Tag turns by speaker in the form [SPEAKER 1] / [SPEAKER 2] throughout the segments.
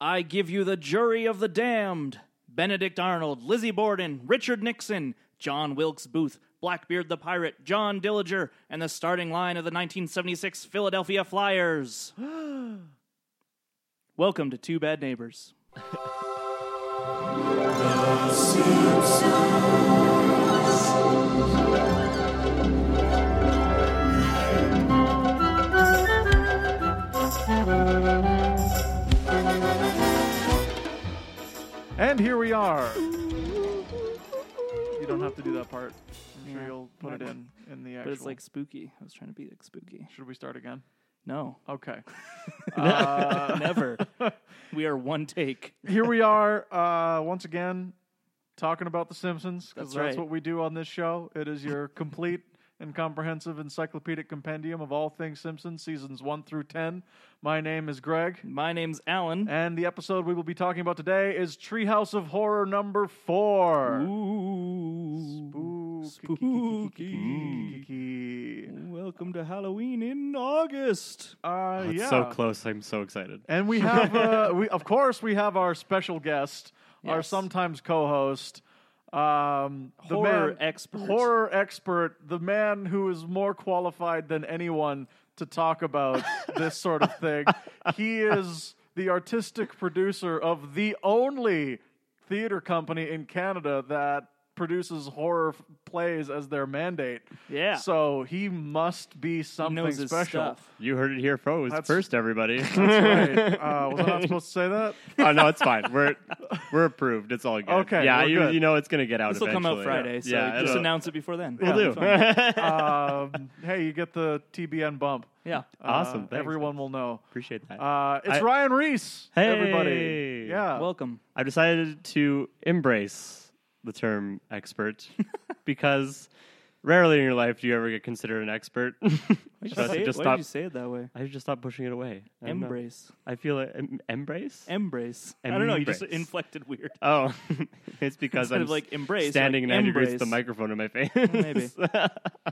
[SPEAKER 1] I give you the jury of the damned. Benedict Arnold, Lizzie Borden, Richard Nixon, John Wilkes Booth, Blackbeard the Pirate, John Dillinger, and the starting line of the 1976 Philadelphia Flyers. Welcome to Two Bad Neighbors.
[SPEAKER 2] And here we are. You don't have to do that part. I'm sure
[SPEAKER 1] Yeah.
[SPEAKER 2] you'll put it in in the actual.
[SPEAKER 1] But it's like spooky. I was trying to be like spooky.
[SPEAKER 2] should we start again?
[SPEAKER 1] No,
[SPEAKER 2] Okay. Uh,
[SPEAKER 1] never. we are one take.
[SPEAKER 2] here we are uh, once again talking about The Simpsons because
[SPEAKER 1] That's
[SPEAKER 2] that's,
[SPEAKER 1] right.
[SPEAKER 2] what we do on this show. It is your complete and comprehensive encyclopedic compendium of all things Simpsons, seasons one through ten. My name is Greg.
[SPEAKER 1] My name's Alan.
[SPEAKER 2] And the episode we will be talking about today is Treehouse of Horror number four.
[SPEAKER 1] Ooh.
[SPEAKER 2] Ooh,
[SPEAKER 1] Spooky. Welcome to Halloween in August.
[SPEAKER 2] Uh,
[SPEAKER 3] Oh, it's
[SPEAKER 2] yeah.
[SPEAKER 3] so close. I'm so excited.
[SPEAKER 2] And we have, uh, we of course, we have our special guest, our
[SPEAKER 1] Yes.
[SPEAKER 2] sometimes co-host, um, the
[SPEAKER 1] Horror
[SPEAKER 2] man-
[SPEAKER 1] expert.
[SPEAKER 2] horror expert, the man who is more qualified than anyone to talk about this sort of thing. He is the artistic producer of the only theater company in Canada that produces horror f- plays as their mandate.
[SPEAKER 1] Yeah.
[SPEAKER 2] So he must be something
[SPEAKER 1] knows his
[SPEAKER 2] special.
[SPEAKER 1] stuff.
[SPEAKER 3] You heard it here first,
[SPEAKER 2] That's-
[SPEAKER 3] first everybody.
[SPEAKER 2] That's right. Uh, was I not supposed to say that?
[SPEAKER 3] oh no, it's fine. We're we're approved. It's all good.
[SPEAKER 2] Okay,
[SPEAKER 3] Yeah,
[SPEAKER 2] we're
[SPEAKER 3] you,
[SPEAKER 2] good.
[SPEAKER 3] you know it's gonna get out.
[SPEAKER 1] This will come out
[SPEAKER 3] eventually.
[SPEAKER 1] Friday, so
[SPEAKER 3] yeah,
[SPEAKER 1] just
[SPEAKER 3] it'll-
[SPEAKER 1] announce it before then.
[SPEAKER 3] We'll
[SPEAKER 1] It'll be fun.
[SPEAKER 3] do.
[SPEAKER 2] um, hey, you get the TBN bump.
[SPEAKER 1] Yeah.
[SPEAKER 2] Uh,
[SPEAKER 3] Awesome, thanks.
[SPEAKER 2] everyone will know.
[SPEAKER 3] Appreciate that.
[SPEAKER 2] Uh, it's
[SPEAKER 3] I-
[SPEAKER 2] Ryan Reese. everybody.
[SPEAKER 3] Hey!
[SPEAKER 2] Yeah.
[SPEAKER 1] Welcome.
[SPEAKER 3] I've decided to embrace the term expert because rarely in your life do you ever get considered an expert.
[SPEAKER 1] Why'd
[SPEAKER 3] Should I
[SPEAKER 1] you, say it?
[SPEAKER 3] just
[SPEAKER 1] Why'd
[SPEAKER 3] stop-
[SPEAKER 1] you say it that way?
[SPEAKER 3] I should just stop pushing it away. I don't know.
[SPEAKER 1] Embrace.
[SPEAKER 3] I feel like em- embrace.
[SPEAKER 1] Embrace. I don't know. You just
[SPEAKER 3] Embrace.
[SPEAKER 1] inflected weird.
[SPEAKER 3] Oh, it's because
[SPEAKER 1] Instead
[SPEAKER 3] I'm
[SPEAKER 1] of, like,
[SPEAKER 3] s-
[SPEAKER 1] embrace,
[SPEAKER 3] standing
[SPEAKER 1] like,
[SPEAKER 3] 90 degrees
[SPEAKER 1] embrace.
[SPEAKER 3] with the microphone in my face.
[SPEAKER 1] Maybe.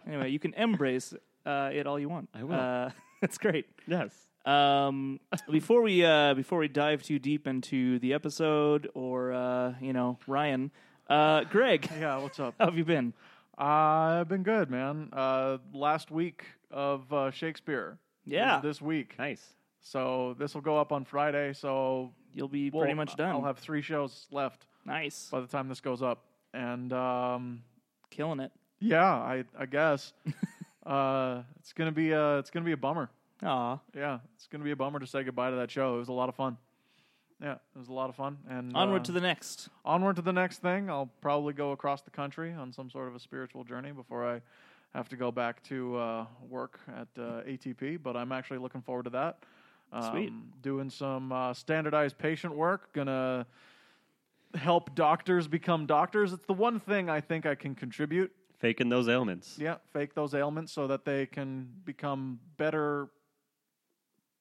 [SPEAKER 1] anyway, you can embrace uh, it all you want.
[SPEAKER 3] I will.
[SPEAKER 1] Uh, that's great.
[SPEAKER 3] yes.
[SPEAKER 1] Um, before we uh, before we dive too deep into the episode or uh, you know Ryan, uh, Greg,
[SPEAKER 2] yeah. What's up?
[SPEAKER 1] how have you been?
[SPEAKER 2] I've been good, man. Uh, last week of uh, Shakespeare.
[SPEAKER 1] Yeah.
[SPEAKER 2] is This week.
[SPEAKER 3] Nice.
[SPEAKER 2] So this will go up on Friday. So
[SPEAKER 1] You'll be
[SPEAKER 2] well,
[SPEAKER 1] pretty much done.
[SPEAKER 2] I'll have three shows left
[SPEAKER 1] nice,
[SPEAKER 2] by the time this goes up. And um,
[SPEAKER 1] killing it.
[SPEAKER 2] yeah, I, I guess uh, it's gonna be a, it's gonna be a bummer.
[SPEAKER 1] Aw,
[SPEAKER 3] Uh,
[SPEAKER 2] Yeah, it's gonna be a bummer to say goodbye to that show. It was a lot of fun. Yeah, it was a lot of fun. And
[SPEAKER 1] onward
[SPEAKER 2] uh,
[SPEAKER 1] to the next.
[SPEAKER 2] onward to the next thing. I'll probably go across the country on some sort of a spiritual journey before I have to go back to uh, work at uh, ATP. But I'm actually looking forward to that.
[SPEAKER 1] Sweet.
[SPEAKER 2] Um, Doing some uh, standardized patient work. Gonna help doctors become doctors. It's the one thing I think I can contribute
[SPEAKER 3] Faking those ailments.
[SPEAKER 2] yeah, fake those ailments so that they can become better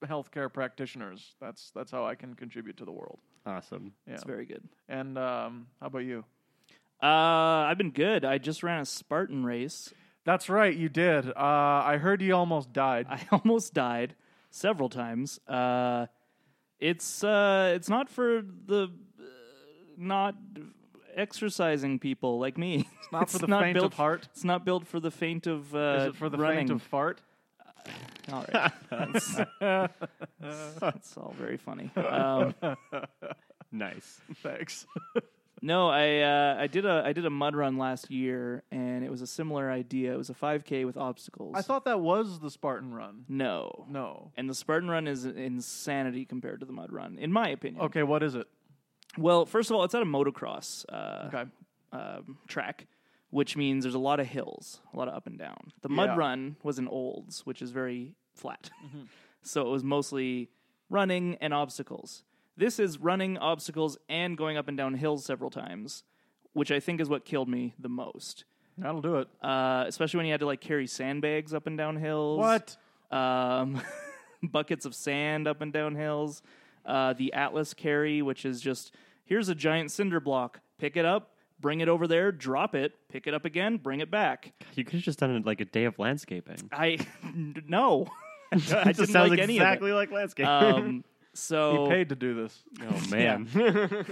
[SPEAKER 2] healthcare practitioners. That's that's how I can contribute to the world.
[SPEAKER 3] Awesome.
[SPEAKER 2] Yeah.
[SPEAKER 1] It's very good.
[SPEAKER 2] And um, how about you?
[SPEAKER 1] Uh, I've been good. I just ran a Spartan race.
[SPEAKER 2] That's right, you did. Uh, I heard you almost died.
[SPEAKER 1] I almost died several times. Uh, it's uh, it's not for the uh, not exercising people like me. It's
[SPEAKER 2] not for the faint
[SPEAKER 1] built
[SPEAKER 2] of heart?
[SPEAKER 1] It's not built for the faint of uh,
[SPEAKER 2] Is it for the
[SPEAKER 1] running.
[SPEAKER 2] faint of fart?
[SPEAKER 1] All right, that's, that's all very funny. Um,
[SPEAKER 3] Nice.
[SPEAKER 2] Thanks.
[SPEAKER 1] no, I uh, I did a I did a mud run last year, and it was a similar idea. It was a 5K with obstacles.
[SPEAKER 2] I thought that was the Spartan run.
[SPEAKER 1] no,
[SPEAKER 2] No.
[SPEAKER 1] and the Spartan run is insanity compared to the mud run, in my opinion.
[SPEAKER 2] Okay, what is it?
[SPEAKER 1] Well, first of all, it's at a motocross uh,
[SPEAKER 2] Okay.
[SPEAKER 1] um, track, which means there's a lot of hills, a lot of up and down. The mud
[SPEAKER 2] Yeah. Mm-hmm.
[SPEAKER 1] run was in Olds, which is very flat. so it was mostly running and obstacles. This is running obstacles and going up and down hills several times, which I think is what killed me the most.
[SPEAKER 2] That'll do it.
[SPEAKER 1] Uh, especially when you had to like carry sandbags up and down hills.
[SPEAKER 2] What?
[SPEAKER 1] Um, buckets of sand up and down hills. Uh, the Atlas carry, which is just here's a giant cinder block. Pick it up, bring it over there, drop it, pick it up again, bring it back.
[SPEAKER 3] You could have just done it like a day of landscaping.
[SPEAKER 1] I no, I
[SPEAKER 3] It just
[SPEAKER 1] didn't
[SPEAKER 3] sounds
[SPEAKER 1] like any of it.
[SPEAKER 3] exactly like landscaping.
[SPEAKER 1] Um, So
[SPEAKER 2] He paid to do this.
[SPEAKER 3] Oh man.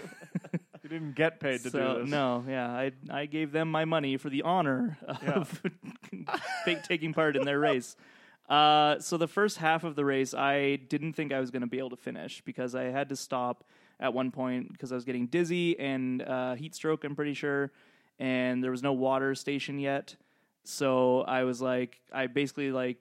[SPEAKER 2] He didn't get paid to
[SPEAKER 1] so,
[SPEAKER 2] do this.
[SPEAKER 1] No, yeah, I I gave them my money for the honor of take- taking part in their race. Uh, so the first half of the race, I didn't think I was going to be able to finish because I had to stop at one point because I was getting dizzy and uh, heat stroke. I'm pretty sure, and there was no water station yet. So I was like, I basically like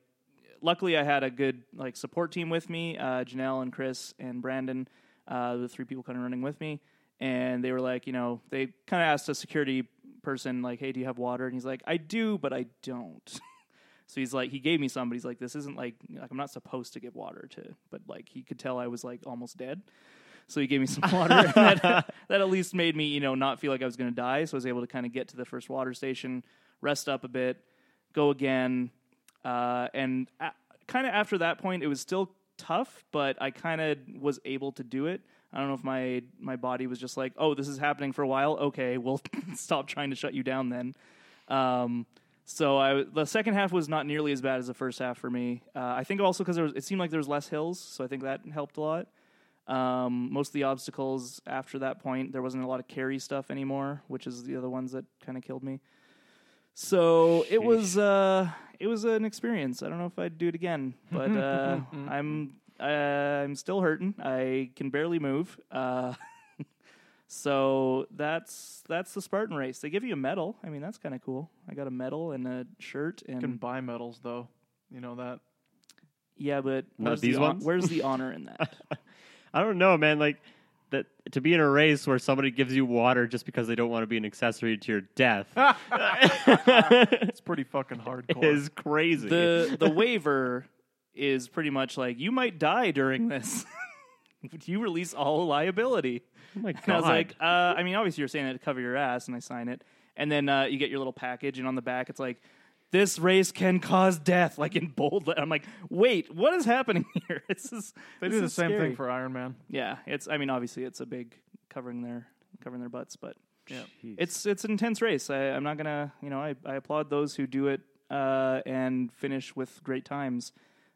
[SPEAKER 1] luckily I had a good like support team with me, uh, Janelle and Chris and Brandon, uh, the three people kind of running with me, and they were like, you know, they kind of asked a security person like, hey, do you have water? And he's like, I do, but I don't. so he's like, he gave me some, but he's like, this isn't like like I'm not supposed to give water to, but like he could tell I was like almost dead. So he gave me some water, and that, that at least made me, you know, not feel like I was going to die. So I was able to kind of get to the first water station, rest up a bit, go again, uh, and a kind of after that point, it was still tough, but I kind of was able to do it. I don't know if my my body was just like, oh, this is happening for a while. Okay, we'll stop trying to shut you down then. Um, so I the second half was not nearly as bad as the first half for me. Uh, I think also because it seemed like there was less hills, so I think that helped a lot. Um, most of the obstacles after that point, there wasn't a lot of carry stuff anymore, which is the other ones that kind of killed me. So it was uh, it was an experience. I don't know if I'd do it again, but uh, I'm uh, I'm still hurting. I can barely move. Uh, so that's that's the Spartan race. They give you a medal. I mean, that's kind of cool. I got a medal and a shirt and
[SPEAKER 2] You can buy medals though. You know that.
[SPEAKER 1] yeah, but
[SPEAKER 3] Not
[SPEAKER 1] where's
[SPEAKER 3] these
[SPEAKER 1] the hon-
[SPEAKER 3] ones?
[SPEAKER 1] where's the honor in that?
[SPEAKER 3] I don't know, man. Like that to be in a race where somebody gives you water just because they don't want to be an accessory to your death
[SPEAKER 2] It's pretty fucking hardcore.
[SPEAKER 3] is crazy.
[SPEAKER 1] the the waiver is pretty much like you might die during this. you release all liability.
[SPEAKER 3] oh my
[SPEAKER 1] And I
[SPEAKER 3] god!
[SPEAKER 1] was like, uh, I mean, obviously you're saying that to cover your ass, and I sign it. And then uh, you get your little package, and on the back it's like, this race can cause death, like in bold. let- I'm like, wait, what is happening here? This is
[SPEAKER 2] they
[SPEAKER 1] this
[SPEAKER 2] do the
[SPEAKER 1] is
[SPEAKER 2] same
[SPEAKER 1] scary.
[SPEAKER 2] thing for Iron Man.
[SPEAKER 1] yeah. It's I mean, obviously it's a big covering their covering their butts, but
[SPEAKER 2] Yeah.
[SPEAKER 1] it's it's an intense race. I, I'm not gonna, you know, I, I applaud those who do it uh, and finish with great times.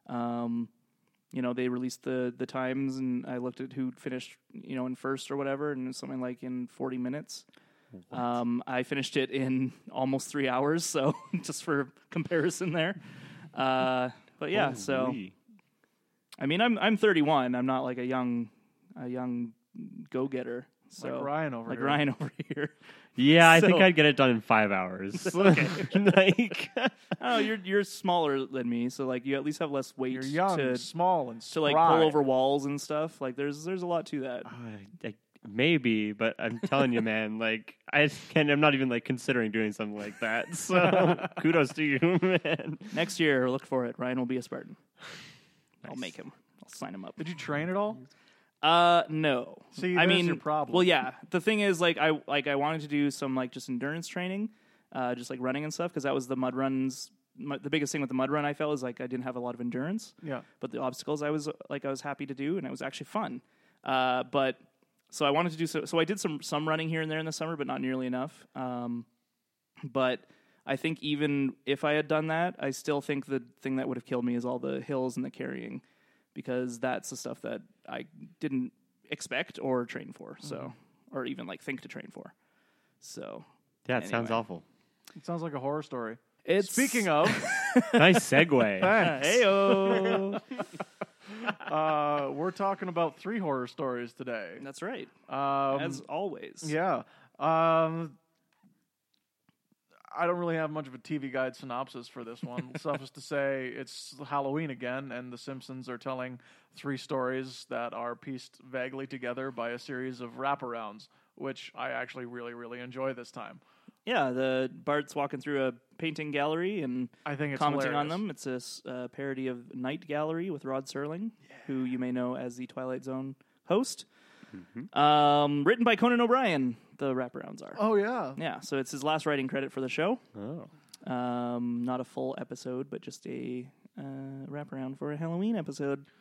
[SPEAKER 1] Um, you know, they released the the times, and I looked at who finished, you know, in first or whatever, and it was something like in 40 minutes. Um, I finished it in almost three hours, so just for comparison there. Uh, but yeah, so
[SPEAKER 3] Holy.
[SPEAKER 1] I mean, I'm I'm 31. I'm not like a young a young go getter. So
[SPEAKER 2] like Ryan over
[SPEAKER 1] like
[SPEAKER 2] here.
[SPEAKER 1] Ryan over here.
[SPEAKER 3] yeah, I
[SPEAKER 1] so-
[SPEAKER 3] think I'd get it done in five hours. like,
[SPEAKER 1] Oh, you're you're smaller than me, so like you at least have less weight
[SPEAKER 2] You're young,
[SPEAKER 1] to
[SPEAKER 2] small, and
[SPEAKER 1] to like pull over walls and stuff. Like there's there's a lot to that.
[SPEAKER 3] I- I- Uh, maybe, but I'm telling you, man. Like, I can I'm not even like considering doing something like that. So kudos to you, man.
[SPEAKER 1] Next year, look for it. Ryan will be a Spartan. I'll make him. I'll sign him up.
[SPEAKER 2] Did you train at all?
[SPEAKER 1] Uh, no.
[SPEAKER 2] See,
[SPEAKER 1] I
[SPEAKER 2] there's
[SPEAKER 1] mean,
[SPEAKER 2] your problem.
[SPEAKER 1] Well, yeah. The thing is, like, I like I wanted to do some like just endurance training, uh, just like running and stuff, because that was the mud runs. My, the biggest thing with the mud run I felt is like I didn't have a lot of endurance.
[SPEAKER 2] Yeah.
[SPEAKER 1] but the obstacles I was like I was happy to do, and it was actually fun. Uh, but so I wanted to do so. So I did some some running here and there in the summer, but not nearly enough. Um, but I think even if I had done that, I still think the thing that would have killed me is all the hills and the carrying, because that's the stuff that I didn't expect or train for.
[SPEAKER 2] Mm-hmm.
[SPEAKER 1] So or even like think to train for. So
[SPEAKER 3] Yeah, it sounds
[SPEAKER 1] Anyway.
[SPEAKER 3] awful.
[SPEAKER 2] It sounds like a horror story.
[SPEAKER 1] it's
[SPEAKER 2] Speaking of,
[SPEAKER 3] Nice segue.
[SPEAKER 2] thanks.
[SPEAKER 1] Heyo.
[SPEAKER 2] Uh, we're talking about three horror stories today.
[SPEAKER 1] That's right.
[SPEAKER 2] Um,
[SPEAKER 1] As always.
[SPEAKER 2] yeah. Um, I don't really have much of a TV guide synopsis for this one. Suffice to say, it's Halloween again, and The Simpsons are telling three stories that are pieced vaguely together by a series of wraparounds, which I actually really, really enjoy this time.
[SPEAKER 1] Yeah, the Bart's walking through a painting gallery and
[SPEAKER 2] I think it's
[SPEAKER 1] commenting on
[SPEAKER 2] hilarious.
[SPEAKER 1] them. It's a s- uh, parody of Night Gallery with Rod Serling, who you may know as the Twilight Zone host. Um, written by Conan O'Brien, the wraparounds are.
[SPEAKER 2] Mm-hmm. Oh yeah,
[SPEAKER 1] Yeah, so it's his last writing credit for the show.
[SPEAKER 3] Oh.
[SPEAKER 1] Um, not a full episode, but just a uh, wraparound for a Halloween episode.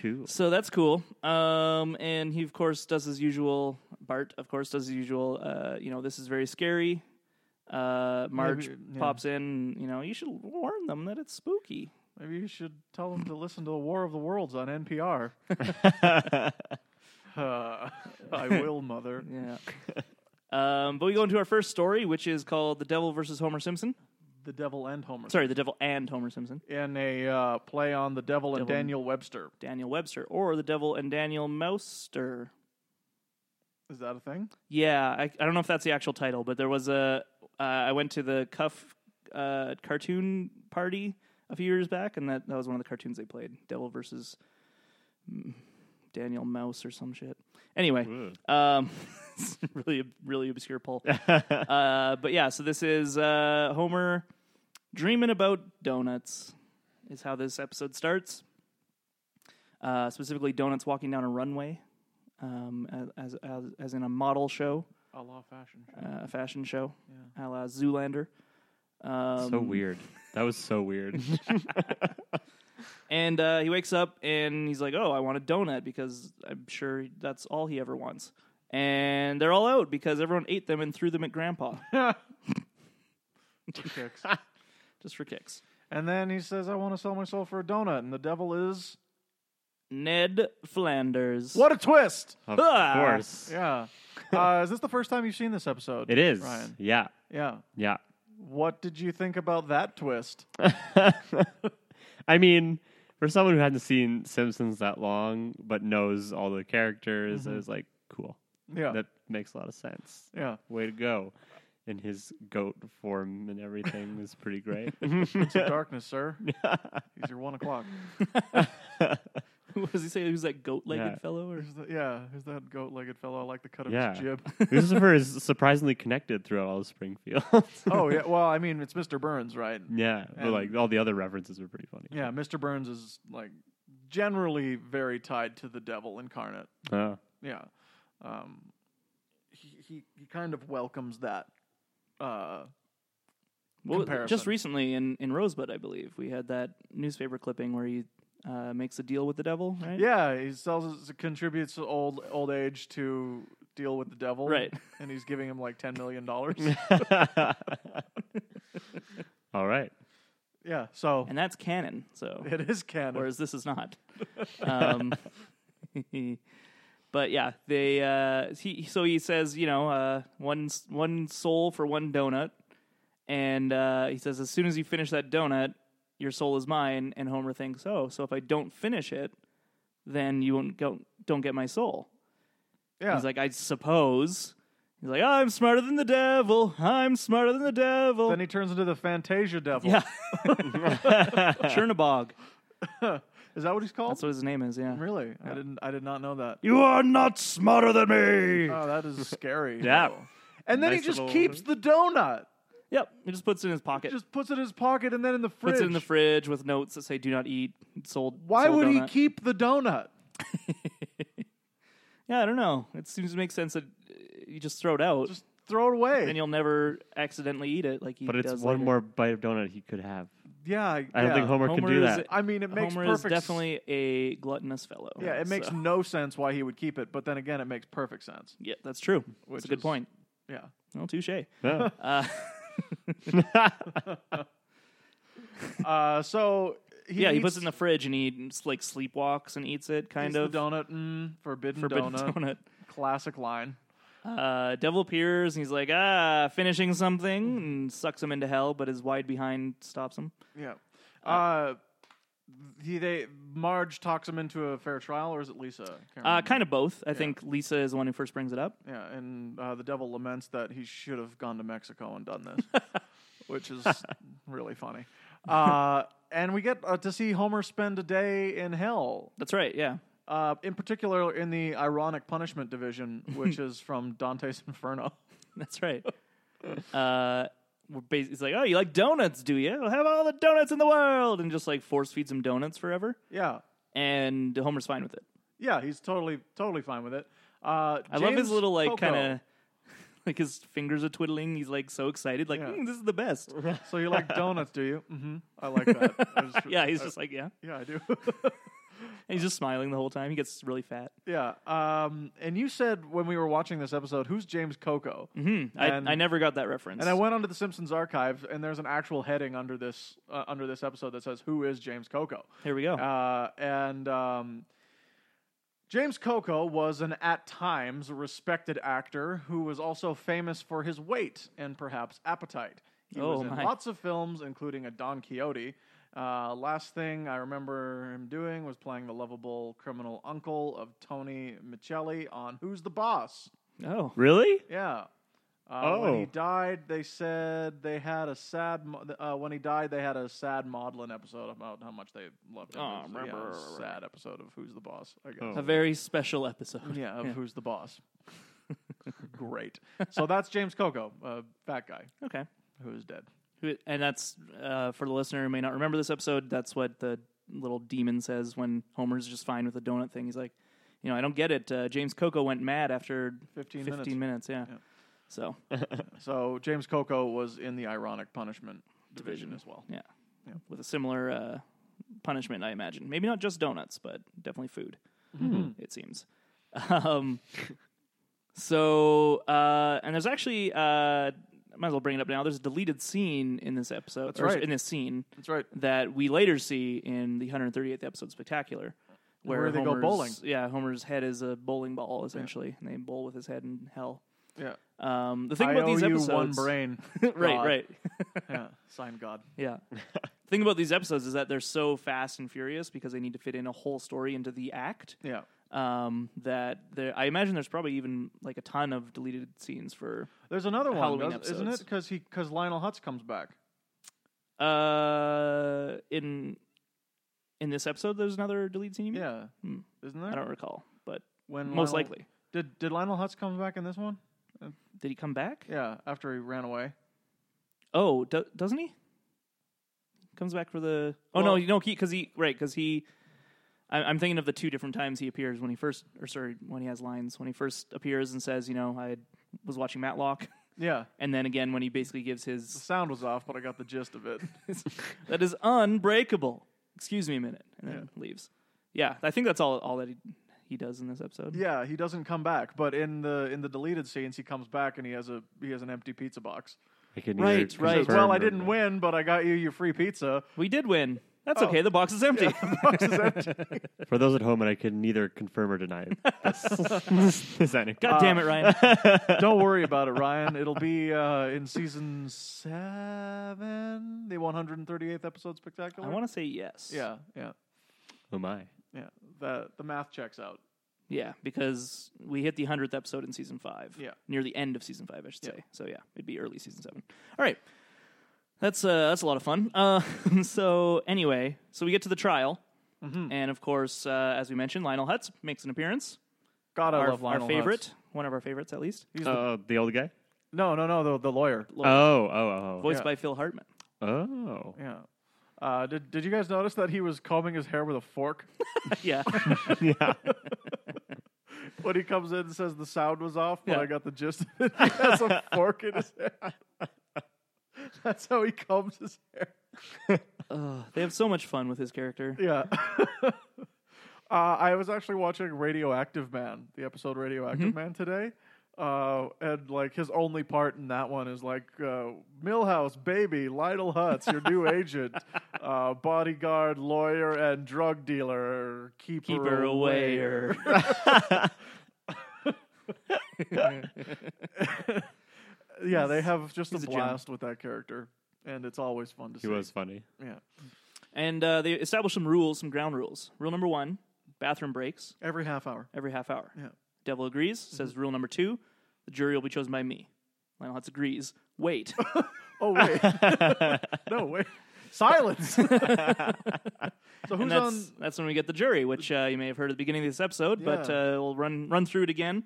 [SPEAKER 3] Cool.
[SPEAKER 1] So that's cool. Um, and he of course does his usual. Bart of course does his usual. Uh, you know, this is very scary. Uh, Marge
[SPEAKER 2] Maybe- yeah.
[SPEAKER 1] pops in. You know, you should warn them that it's spooky.
[SPEAKER 2] Maybe you should tell him to listen to the War of the Worlds on NPR. Uh, I will, mother.
[SPEAKER 1] Yeah. um, but we go into our first story, which is called "The Devil versus Homer Simpson."
[SPEAKER 2] The Devil and Homer.
[SPEAKER 1] Sorry, "The Devil and Homer Simpson."
[SPEAKER 2] In a uh, play on the Devil and
[SPEAKER 1] Devil.
[SPEAKER 2] Daniel Webster.
[SPEAKER 1] Daniel Webster, or "The Devil and Daniel Mouster."
[SPEAKER 2] Is that a thing?
[SPEAKER 1] Yeah, I, I don't know if that's the actual title, but there was a. Uh, I went to the Cuff uh, cartoon party a few years back, and that, that was one of the cartoons they played Devil versus mm, Daniel Mouse or some shit. Anyway, um, it's really, really obscure poll. uh, but yeah, so this is uh, Homer dreaming about donuts, is how this episode starts. Uh, specifically, donuts walking down a runway, um, as, as as in a model show,
[SPEAKER 2] A law fashion. show.
[SPEAKER 1] uh, a fashion show, a la Zoolander. Um,
[SPEAKER 3] so weird. That was so weird.
[SPEAKER 1] And uh, he wakes up and he's like, "Oh, I want a donut because I'm sure that's all he ever wants." And they're all out because everyone ate them and threw them at Grandpa
[SPEAKER 2] Two kicks.
[SPEAKER 1] just for kicks.
[SPEAKER 2] and then he says, I want to sell myself for a donut. And the devil is.
[SPEAKER 1] Ned Flanders.
[SPEAKER 2] What a twist!
[SPEAKER 3] of
[SPEAKER 1] Ah.
[SPEAKER 3] course.
[SPEAKER 2] Yeah. Uh, is this the first time you've seen this episode?
[SPEAKER 3] It is.
[SPEAKER 2] Ryan.
[SPEAKER 3] Yeah.
[SPEAKER 2] Yeah.
[SPEAKER 3] Yeah.
[SPEAKER 2] What did you think about that twist?
[SPEAKER 3] I mean, for someone who hadn't seen Simpsons that long but knows all the characters, it was like, cool.
[SPEAKER 2] Mm-hmm. Yeah.
[SPEAKER 3] That makes a lot of sense.
[SPEAKER 2] yeah.
[SPEAKER 3] Way to go. And his goat form and everything was pretty great.
[SPEAKER 2] It's your darkness, sir. He's your one o'clock.
[SPEAKER 1] What does he say? Who's that goat-legged
[SPEAKER 3] Yeah.
[SPEAKER 1] fellow? Or
[SPEAKER 2] Who's the- yeah, who's that goat-legged fellow? I like the cut of
[SPEAKER 3] Yeah.
[SPEAKER 2] his jib.
[SPEAKER 3] Lucifer is surprisingly connected throughout all of Springfield.
[SPEAKER 2] oh yeah, well, I mean, it's Mr. Burns, right?
[SPEAKER 3] yeah. But
[SPEAKER 2] And-
[SPEAKER 3] like all the other references were pretty funny.
[SPEAKER 2] Yeah, Mr. Burns is like generally very tied to the devil incarnate.
[SPEAKER 3] Oh.
[SPEAKER 2] Yeah, um, he, he he kind of welcomes that. Uh,
[SPEAKER 1] well,
[SPEAKER 2] Comparison.
[SPEAKER 1] just recently in in Rosebud, I believe we had that newspaper clipping where he uh, makes a deal with the devil, right?
[SPEAKER 2] yeah, he sells his, contributes to old old age to deal with the devil,
[SPEAKER 1] Right.
[SPEAKER 2] And he's giving him like ten million dollars.
[SPEAKER 3] all right.
[SPEAKER 2] yeah, so
[SPEAKER 1] And that's canon. So,
[SPEAKER 2] it is canon.
[SPEAKER 1] whereas this is not. Um, but yeah, they uh, he so he says you know uh, one s- one soul for one donut, and uh, he says as soon as you finish that donut, your soul is mine. And Homer thinks, oh, so if I don't finish it, then you won't go don't get my soul.
[SPEAKER 2] yeah,
[SPEAKER 1] He's like, I suppose. He's like, I'm smarter than the devil. I'm smarter than the devil.
[SPEAKER 2] then he turns into the Fantasia devil.
[SPEAKER 1] "Oh." yeah. Chernabog.
[SPEAKER 2] Is that what he's called?
[SPEAKER 1] That's what his name is, yeah.
[SPEAKER 2] Really? I didn't I did not know that.
[SPEAKER 1] You are not smarter than me.
[SPEAKER 2] Oh, that is scary.
[SPEAKER 3] Yeah.
[SPEAKER 2] though. And then
[SPEAKER 3] Nice
[SPEAKER 2] he just
[SPEAKER 3] little-
[SPEAKER 2] keeps the donut.
[SPEAKER 1] yep. He just puts it in his pocket.
[SPEAKER 2] Just puts it in his pocket and then in the fridge.
[SPEAKER 1] puts it in the fridge with notes that say "Do not eat." Sold.
[SPEAKER 2] Why
[SPEAKER 1] sold
[SPEAKER 2] would he
[SPEAKER 1] donut."
[SPEAKER 2] keep the donut?
[SPEAKER 1] Yeah, I don't know. It seems to make sense that uh, you just throw it out,
[SPEAKER 2] Just throw it
[SPEAKER 1] and
[SPEAKER 2] away.
[SPEAKER 1] you'll never accidentally eat it like he
[SPEAKER 3] But it's
[SPEAKER 1] does
[SPEAKER 3] one
[SPEAKER 1] later.
[SPEAKER 3] more bite of donut he could have.
[SPEAKER 2] Yeah,
[SPEAKER 3] I don't think Homer,
[SPEAKER 1] Homer
[SPEAKER 3] can do
[SPEAKER 1] is-
[SPEAKER 3] that.
[SPEAKER 2] I mean, it makes
[SPEAKER 1] Homer
[SPEAKER 2] perfect.
[SPEAKER 1] is definitely a gluttonous fellow.
[SPEAKER 2] Yeah, it makes
[SPEAKER 1] So-
[SPEAKER 2] no sense why he would keep it, but then again, it makes perfect sense.
[SPEAKER 1] Yeah, that's true.
[SPEAKER 2] Which
[SPEAKER 1] that's a good
[SPEAKER 2] is-
[SPEAKER 1] point.
[SPEAKER 2] Yeah.
[SPEAKER 1] Well, touche.
[SPEAKER 3] No.
[SPEAKER 1] Uh,
[SPEAKER 2] Uh, so he
[SPEAKER 1] yeah, he
[SPEAKER 2] eats
[SPEAKER 1] puts it in the fridge and he like sleepwalks and eats it, kind
[SPEAKER 2] eats the
[SPEAKER 1] of.
[SPEAKER 2] donut. Mm, forbidden,
[SPEAKER 1] Forbidden
[SPEAKER 2] donut.
[SPEAKER 1] donut.
[SPEAKER 2] Classic line.
[SPEAKER 1] Uh, devil appears and he's like, ah, finishing
[SPEAKER 2] Mm-hmm.
[SPEAKER 1] something, and sucks him into hell, but his wide behind stops him.
[SPEAKER 2] Yeah. Uh, he they Marge talks him into a fair trial, or is it Lisa? I can't
[SPEAKER 1] Uh,
[SPEAKER 2] remember.
[SPEAKER 1] kind of both. I think Lisa is the one who first brings it up.
[SPEAKER 2] Yeah, and uh, the devil laments that he should have gone to Mexico and done this, which is really funny. Uh, and we get uh, to see Homer spend a day in hell,
[SPEAKER 1] That's right. Yeah.
[SPEAKER 2] uh, in particular in the ironic punishment division, which is from Dante's Inferno.
[SPEAKER 1] That's right. uh, we're bas- it's like, oh, you like donuts, do you? Well, have all the donuts in the world, and just like force feeds him donuts forever.
[SPEAKER 2] Yeah,
[SPEAKER 1] And Homer's fine with it.
[SPEAKER 2] yeah, he's totally totally fine with it. Uh,
[SPEAKER 1] I love his little like kind
[SPEAKER 2] of.
[SPEAKER 1] of like his fingers are twiddling. He's like so excited, like
[SPEAKER 2] Yeah.
[SPEAKER 1] "Mm, this is the best.
[SPEAKER 2] So you like donuts, do you? hmm Mm-hmm. I like that. I just-
[SPEAKER 1] yeah, he's
[SPEAKER 2] I-
[SPEAKER 1] just like, yeah,
[SPEAKER 2] yeah, I do.
[SPEAKER 1] And he's just smiling the whole time. He gets really fat.
[SPEAKER 2] Yeah. Um, and you said when we were watching this episode, who's James Coco?
[SPEAKER 1] Hmm, I,
[SPEAKER 2] And-
[SPEAKER 1] I never got that reference.
[SPEAKER 2] And I went onto the Simpsons archive, and there's an actual heading under this uh, under this episode that says, "Who is James Coco?"
[SPEAKER 1] Here we go.
[SPEAKER 2] Uh, and um, James Coco was an at times respected actor who was also famous for his weight and perhaps appetite. He
[SPEAKER 1] Oh,
[SPEAKER 2] was in
[SPEAKER 1] my.
[SPEAKER 2] lots of films, including a Don Quixote. Uh, last thing I remember him doing was playing the lovable criminal uncle of Tony Michelli on Who's the Boss?
[SPEAKER 1] oh,
[SPEAKER 3] Really?
[SPEAKER 2] Yeah. Uh, When he
[SPEAKER 3] Oh.
[SPEAKER 2] died, they said they had a sad. Mo- uh, when he died, they had a sad maudlin episode about how much they loved him.
[SPEAKER 1] Oh,
[SPEAKER 2] It was, yeah, it
[SPEAKER 1] remember-
[SPEAKER 2] was a sad episode of Who's the Boss? I guess.
[SPEAKER 3] Oh.
[SPEAKER 1] a very special episode.
[SPEAKER 2] Yeah, of Who's the Boss. Great. So that's James Coco, uh, fat guy
[SPEAKER 1] Okay.
[SPEAKER 2] who is dead.
[SPEAKER 1] Who- And that's uh, for the listener who may not remember this episode. That's what the little demon says when Homer's just fine with the donut thing. He's like, you know, I don't get it. Uh, James Coco went mad after
[SPEAKER 2] 15
[SPEAKER 1] minutes. yeah.
[SPEAKER 2] Yeah.
[SPEAKER 1] So
[SPEAKER 2] So James Coco was in the ironic punishment division,
[SPEAKER 1] Division.
[SPEAKER 2] as well.
[SPEAKER 1] yeah.
[SPEAKER 2] Yeah.
[SPEAKER 1] with a similar uh, punishment, I imagine. Maybe not just donuts, but definitely food. It seems. Um, so, uh, and there's actually. Uh, I might as well bring it up now. There's a deleted scene in this episode,
[SPEAKER 2] That's
[SPEAKER 1] or
[SPEAKER 2] right.
[SPEAKER 1] in this scene,
[SPEAKER 2] That's right.
[SPEAKER 1] that we later see in the 138th episode Spectacular,
[SPEAKER 2] Where they go
[SPEAKER 1] Homer's-
[SPEAKER 2] bowling.
[SPEAKER 1] Yeah, Homer's head is a bowling ball essentially, and they bowl with his head in hell.
[SPEAKER 2] Yeah.
[SPEAKER 1] Um, the thing about
[SPEAKER 2] I
[SPEAKER 1] these
[SPEAKER 2] owe you
[SPEAKER 1] episodes,
[SPEAKER 2] one brain.
[SPEAKER 1] right,
[SPEAKER 2] God.
[SPEAKER 1] right,
[SPEAKER 2] yeah. Sign God.
[SPEAKER 1] yeah. the thing about these episodes is that they're so fast and furious because they need to fit in a whole story into the act.
[SPEAKER 2] Yeah.
[SPEAKER 1] Um, that there, I imagine there's probably even like a ton of deleted scenes for.
[SPEAKER 2] There's another one,
[SPEAKER 1] Halloween
[SPEAKER 2] doesn't- isn't it?
[SPEAKER 1] episodes.
[SPEAKER 2] Because he because Lionel Hutz comes back.
[SPEAKER 1] Uh, in in this episode, there's another deleted scene. You mean?
[SPEAKER 2] Yeah, isn't there?
[SPEAKER 1] Hmm. I don't recall, but
[SPEAKER 2] when
[SPEAKER 1] most
[SPEAKER 2] Lionel-
[SPEAKER 1] likely.
[SPEAKER 2] did did Lionel Hutz come back in this one?
[SPEAKER 1] Did he come back?
[SPEAKER 2] Yeah, after he ran away.
[SPEAKER 1] Oh, do- doesn't he? Comes back for the. Oh no,
[SPEAKER 2] Well-
[SPEAKER 1] you know, because he, right because he. I, I'm thinking of the two different times he appears when he first, or sorry, when he has lines when he first appears and says, you know, I was watching Matlock,
[SPEAKER 2] Yeah,
[SPEAKER 1] and then again when he basically gives
[SPEAKER 2] the
[SPEAKER 1] his
[SPEAKER 2] sound was off, but I got the gist of it.
[SPEAKER 1] that is unbreakable. Excuse me a minute, and then leaves. Yeah, I think that's all all that he he does in this episode.
[SPEAKER 2] yeah, he doesn't come back, but in the in the deleted scenes, he comes back and he has a he has an empty pizza box.
[SPEAKER 3] I can
[SPEAKER 1] Right,
[SPEAKER 3] either
[SPEAKER 1] right.
[SPEAKER 2] Says,
[SPEAKER 3] confirm
[SPEAKER 2] well, I
[SPEAKER 3] or
[SPEAKER 2] didn't
[SPEAKER 3] deny.
[SPEAKER 2] win, but I got you your free pizza.
[SPEAKER 1] We did win. That's
[SPEAKER 2] Oh.
[SPEAKER 1] okay. The box is empty.
[SPEAKER 2] Box is empty.
[SPEAKER 3] For those at home, and I can neither confirm or deny this, this anecdote.
[SPEAKER 1] God damn it, Ryan.
[SPEAKER 2] Don't worry about it, Ryan. It'll be uh, in season seven, the 138th episode spectacular.
[SPEAKER 1] I want to say yes.
[SPEAKER 2] yeah, yeah,
[SPEAKER 3] Oh my!
[SPEAKER 2] yeah. The the math checks out.
[SPEAKER 1] Yeah, because we hit the hundredth episode in season five.
[SPEAKER 2] Yeah.
[SPEAKER 1] near the end of season five, I should
[SPEAKER 2] Yeah.
[SPEAKER 1] say. So yeah, it'd be early season seven. All right, that's uh, that's a lot of fun. Uh, so anyway, so we get to the trial,
[SPEAKER 2] Mm-hmm.
[SPEAKER 1] and of course, uh, as we mentioned, Lionel Hutz makes an appearance.
[SPEAKER 2] God, I
[SPEAKER 1] our,
[SPEAKER 2] love Lionel
[SPEAKER 1] our
[SPEAKER 2] Hutz.
[SPEAKER 1] favorite, one of our favorites at least,
[SPEAKER 2] He's the
[SPEAKER 3] Oh, the old guy.
[SPEAKER 2] No, no, no. The the lawyer.
[SPEAKER 3] Oh, oh,
[SPEAKER 1] voiced
[SPEAKER 2] Yeah.
[SPEAKER 1] by Phil Hartman.
[SPEAKER 3] oh, oh.
[SPEAKER 2] Yeah. Uh, did Did you guys notice that he was combing his hair with a fork
[SPEAKER 1] yeah,
[SPEAKER 3] yeah.
[SPEAKER 2] when he comes in and says the sound was off? But
[SPEAKER 1] Yeah.
[SPEAKER 2] I got the gist. of it. He has a fork in his hair. That's how he combs his hair.
[SPEAKER 1] Ugh, they have so much fun with his character.
[SPEAKER 2] Yeah. uh, I was actually watching Radioactive Man, the episode Radioactive
[SPEAKER 1] Mm-hmm.
[SPEAKER 2] Man today. Uh, and like his only part in that one is like uh, Millhouse, baby, Lionel Hutz, your new agent, uh, bodyguard, lawyer, and drug dealer, keeper,
[SPEAKER 1] Keep her away, or
[SPEAKER 2] Yeah, they have just a
[SPEAKER 1] he's a gem.
[SPEAKER 2] blast with that character, and it's always fun to
[SPEAKER 3] He
[SPEAKER 2] see.
[SPEAKER 3] was funny.
[SPEAKER 2] Yeah,
[SPEAKER 1] and uh, they establish some rules, some ground rules. Rule number one: bathroom breaks
[SPEAKER 2] every half hour.
[SPEAKER 1] every half hour.
[SPEAKER 2] Yeah, Mm-hmm.
[SPEAKER 1] Devil agrees, says rule number two the jury will be chosen by me. Lionel Hutz agrees. Wait.
[SPEAKER 2] Oh wait, no wait, silence. so
[SPEAKER 1] and
[SPEAKER 2] who's
[SPEAKER 1] that's,
[SPEAKER 2] on?
[SPEAKER 1] that's when we get the jury, which uh, you may have heard at the beginning of this episode, but
[SPEAKER 2] Yeah.
[SPEAKER 1] uh, we'll run, run through it again.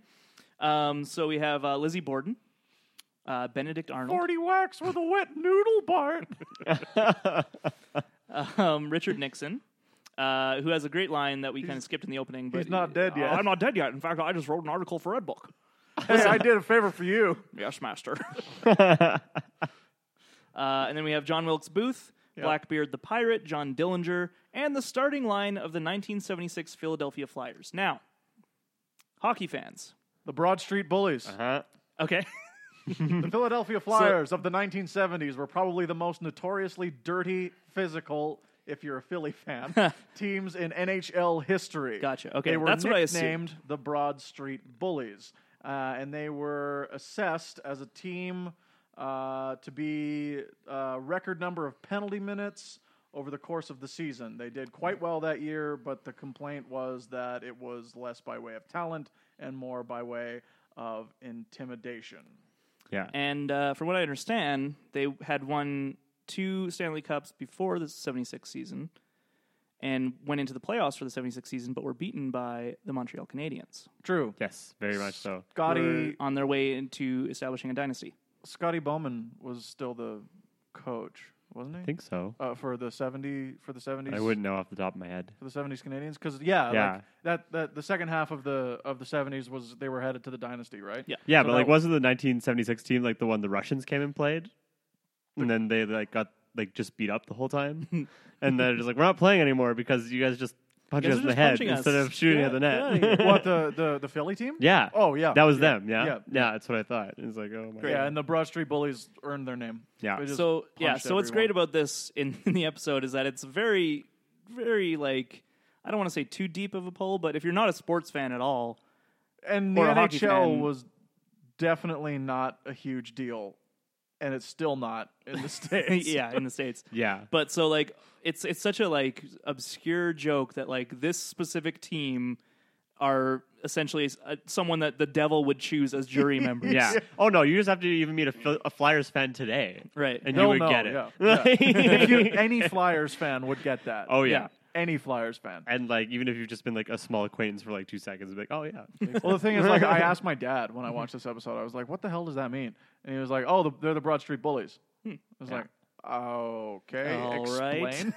[SPEAKER 1] Um, so we have uh, Lizzie Borden, uh, Benedict Arnold,
[SPEAKER 2] Forty wax with a wet noodle Bart.
[SPEAKER 1] um, Richard Nixon. Uh, who has a great line that we kind of skipped in the opening? But
[SPEAKER 2] he's not dead
[SPEAKER 1] Uh,
[SPEAKER 2] yet.
[SPEAKER 1] I'm not dead yet. In fact, I just wrote an article for Red Book.
[SPEAKER 2] hey, I did a favor for you.
[SPEAKER 1] Yes, master. uh, and then we have John Wilkes Booth, Blackbeard the pirate, John Dillinger, and the starting line of the 1976 Philadelphia Flyers. Now, hockey fans.
[SPEAKER 2] The Broad Street Bullies.
[SPEAKER 3] Huh?
[SPEAKER 1] Okay.
[SPEAKER 2] The Philadelphia Flyers of the 1970s were probably the most notoriously dirty, physical, if you're a Philly fan, teams in NHL history.
[SPEAKER 1] Gotcha. Okay,
[SPEAKER 2] they were
[SPEAKER 1] that's what I
[SPEAKER 2] nicknamed the Broad Street Bullies, uh, and they were assessed as a team uh, to be a record number of penalty minutes over the course of the season. They did quite well that year, but the complaint was that it was less by way of talent and more by way of intimidation.
[SPEAKER 3] Yeah.
[SPEAKER 1] And uh, from what I understand, they had won two Stanley Cups before the 76 season and went into the playoffs for the 76 season, but were beaten by the Montreal Canadiens
[SPEAKER 2] True.
[SPEAKER 3] yes, very much so.
[SPEAKER 1] were
[SPEAKER 3] um,
[SPEAKER 2] Scotty
[SPEAKER 1] on their way into establishing a dynasty.
[SPEAKER 2] Scotty Bowman was still the coach, wasn't he?
[SPEAKER 3] I think so.
[SPEAKER 2] uh, for the seventy for the seventies.
[SPEAKER 3] I wouldn't know off the top of my head.
[SPEAKER 2] for the seventies Canadians because yeah,
[SPEAKER 3] Yeah.
[SPEAKER 2] Like, that that the second half of the of the seventies was they were headed to the dynasty, right?
[SPEAKER 1] Yeah.
[SPEAKER 3] Yeah,
[SPEAKER 2] So
[SPEAKER 3] but
[SPEAKER 2] that
[SPEAKER 3] like,
[SPEAKER 2] was-
[SPEAKER 3] wasn't the 1976 team like the one the Russians came and played, and then they like got like just beat up the whole time, and they're just like, we're not playing anymore because you guys just punching
[SPEAKER 1] guys
[SPEAKER 3] us
[SPEAKER 1] are
[SPEAKER 3] in the
[SPEAKER 1] just
[SPEAKER 3] head
[SPEAKER 1] punching us.
[SPEAKER 3] instead of shooting
[SPEAKER 1] Yeah,
[SPEAKER 3] at the
[SPEAKER 1] get outta
[SPEAKER 3] net.
[SPEAKER 2] what the, the the Philly team?
[SPEAKER 3] yeah.
[SPEAKER 2] Oh yeah.
[SPEAKER 3] That was them. Yeah.
[SPEAKER 2] yeah.
[SPEAKER 3] yeah. that's what I thought. It was like, oh my
[SPEAKER 2] yeah,
[SPEAKER 3] god.
[SPEAKER 2] and the Broad Street Bullies earned their name.
[SPEAKER 3] Yeah.
[SPEAKER 2] They just
[SPEAKER 1] So yeah,
[SPEAKER 2] punched
[SPEAKER 1] so what's
[SPEAKER 2] everyone.
[SPEAKER 1] great about this in, in the episode is that it's very, very like I don't want to say too deep of a poll, but if you're not a sports fan at all,
[SPEAKER 2] and the
[SPEAKER 1] for a hockey
[SPEAKER 2] NHL
[SPEAKER 1] fan-
[SPEAKER 2] was definitely not a huge deal, and it's still not in the states.
[SPEAKER 1] yeah, in the states,
[SPEAKER 3] Yeah.
[SPEAKER 1] But so like it's it's such a like obscure joke that like this specific team are essentially uh, someone that the devil would choose as jury members.
[SPEAKER 3] Yeah. Oh no, you just have to even meet a, Phil- a Flyers fan today,
[SPEAKER 1] Right.
[SPEAKER 3] And
[SPEAKER 2] They'll
[SPEAKER 3] you would
[SPEAKER 2] know,
[SPEAKER 3] get it.
[SPEAKER 2] yeah,
[SPEAKER 3] Like-
[SPEAKER 2] If you- any Flyers fan would get that.
[SPEAKER 3] oh yeah.
[SPEAKER 1] Yeah.
[SPEAKER 2] any Flyers fan.
[SPEAKER 3] And like, even if you've just been like a small acquaintance for like two seconds, be like, oh yeah,
[SPEAKER 2] Well, the thing is, like, I asked my dad when I watched this episode. I was like, "What the hell does that mean?" And he was like, "Oh, the, they're the Broad Street Bullies." I was like, "Okay,
[SPEAKER 1] All right.
[SPEAKER 2] explain."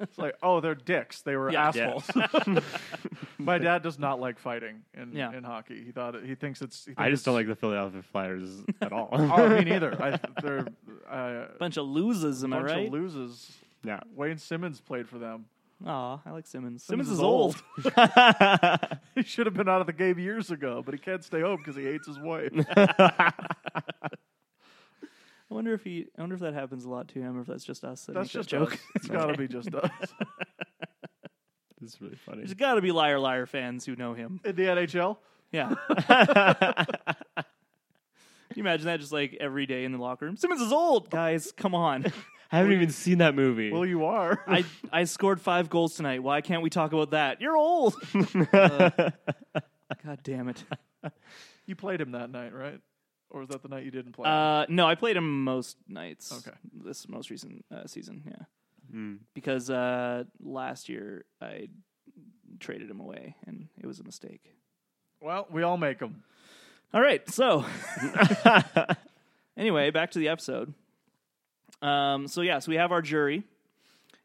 [SPEAKER 2] it's like, "Oh, they're dicks. They were
[SPEAKER 1] Yeah.
[SPEAKER 2] assholes." my dad does not like fighting in
[SPEAKER 1] Yeah.
[SPEAKER 2] in hockey. He thought it, he thinks it's. He thinks
[SPEAKER 3] I just don't like
[SPEAKER 2] it's-
[SPEAKER 3] the Philadelphia Flyers at all.
[SPEAKER 2] Oh, me neither. I, they're uh,
[SPEAKER 1] Bunch of losers, am I
[SPEAKER 2] bunch of
[SPEAKER 1] right?
[SPEAKER 2] losers.
[SPEAKER 3] yeah.
[SPEAKER 2] Wayne Simmons played for them.
[SPEAKER 1] Aw, I like Simmons. Simmons,
[SPEAKER 2] is
[SPEAKER 1] is old.
[SPEAKER 2] He should have been out of the game years ago, but he can't stay home because he hates his wife.
[SPEAKER 1] I wonder if he. I wonder if that happens a lot to him, or if that's just us. That
[SPEAKER 2] That's
[SPEAKER 1] makes that
[SPEAKER 2] just
[SPEAKER 1] joke.
[SPEAKER 2] Us. It's got to be just us.
[SPEAKER 3] It's really funny.
[SPEAKER 1] There's got to be liar liar fans who know him.
[SPEAKER 2] in the NHL.
[SPEAKER 1] Yeah. Can you imagine that just like every day in the locker room? Simmons is old, guys. Come on.
[SPEAKER 3] I haven't even seen that movie.
[SPEAKER 2] Well, you are.
[SPEAKER 1] I I scored five goals tonight. Why can't we talk about that? You're old. Uh, God damn it.
[SPEAKER 2] you played him that night, right? Or was that the night you didn't play? him?
[SPEAKER 1] Uh, no, I played him most nights.
[SPEAKER 2] Okay.
[SPEAKER 1] This most recent uh, season, yeah. Because uh, last year I traded him away, and it was a mistake.
[SPEAKER 2] well, we all make them.
[SPEAKER 1] All right, so anyway, back to the episode. Um, so yes, we have our jury,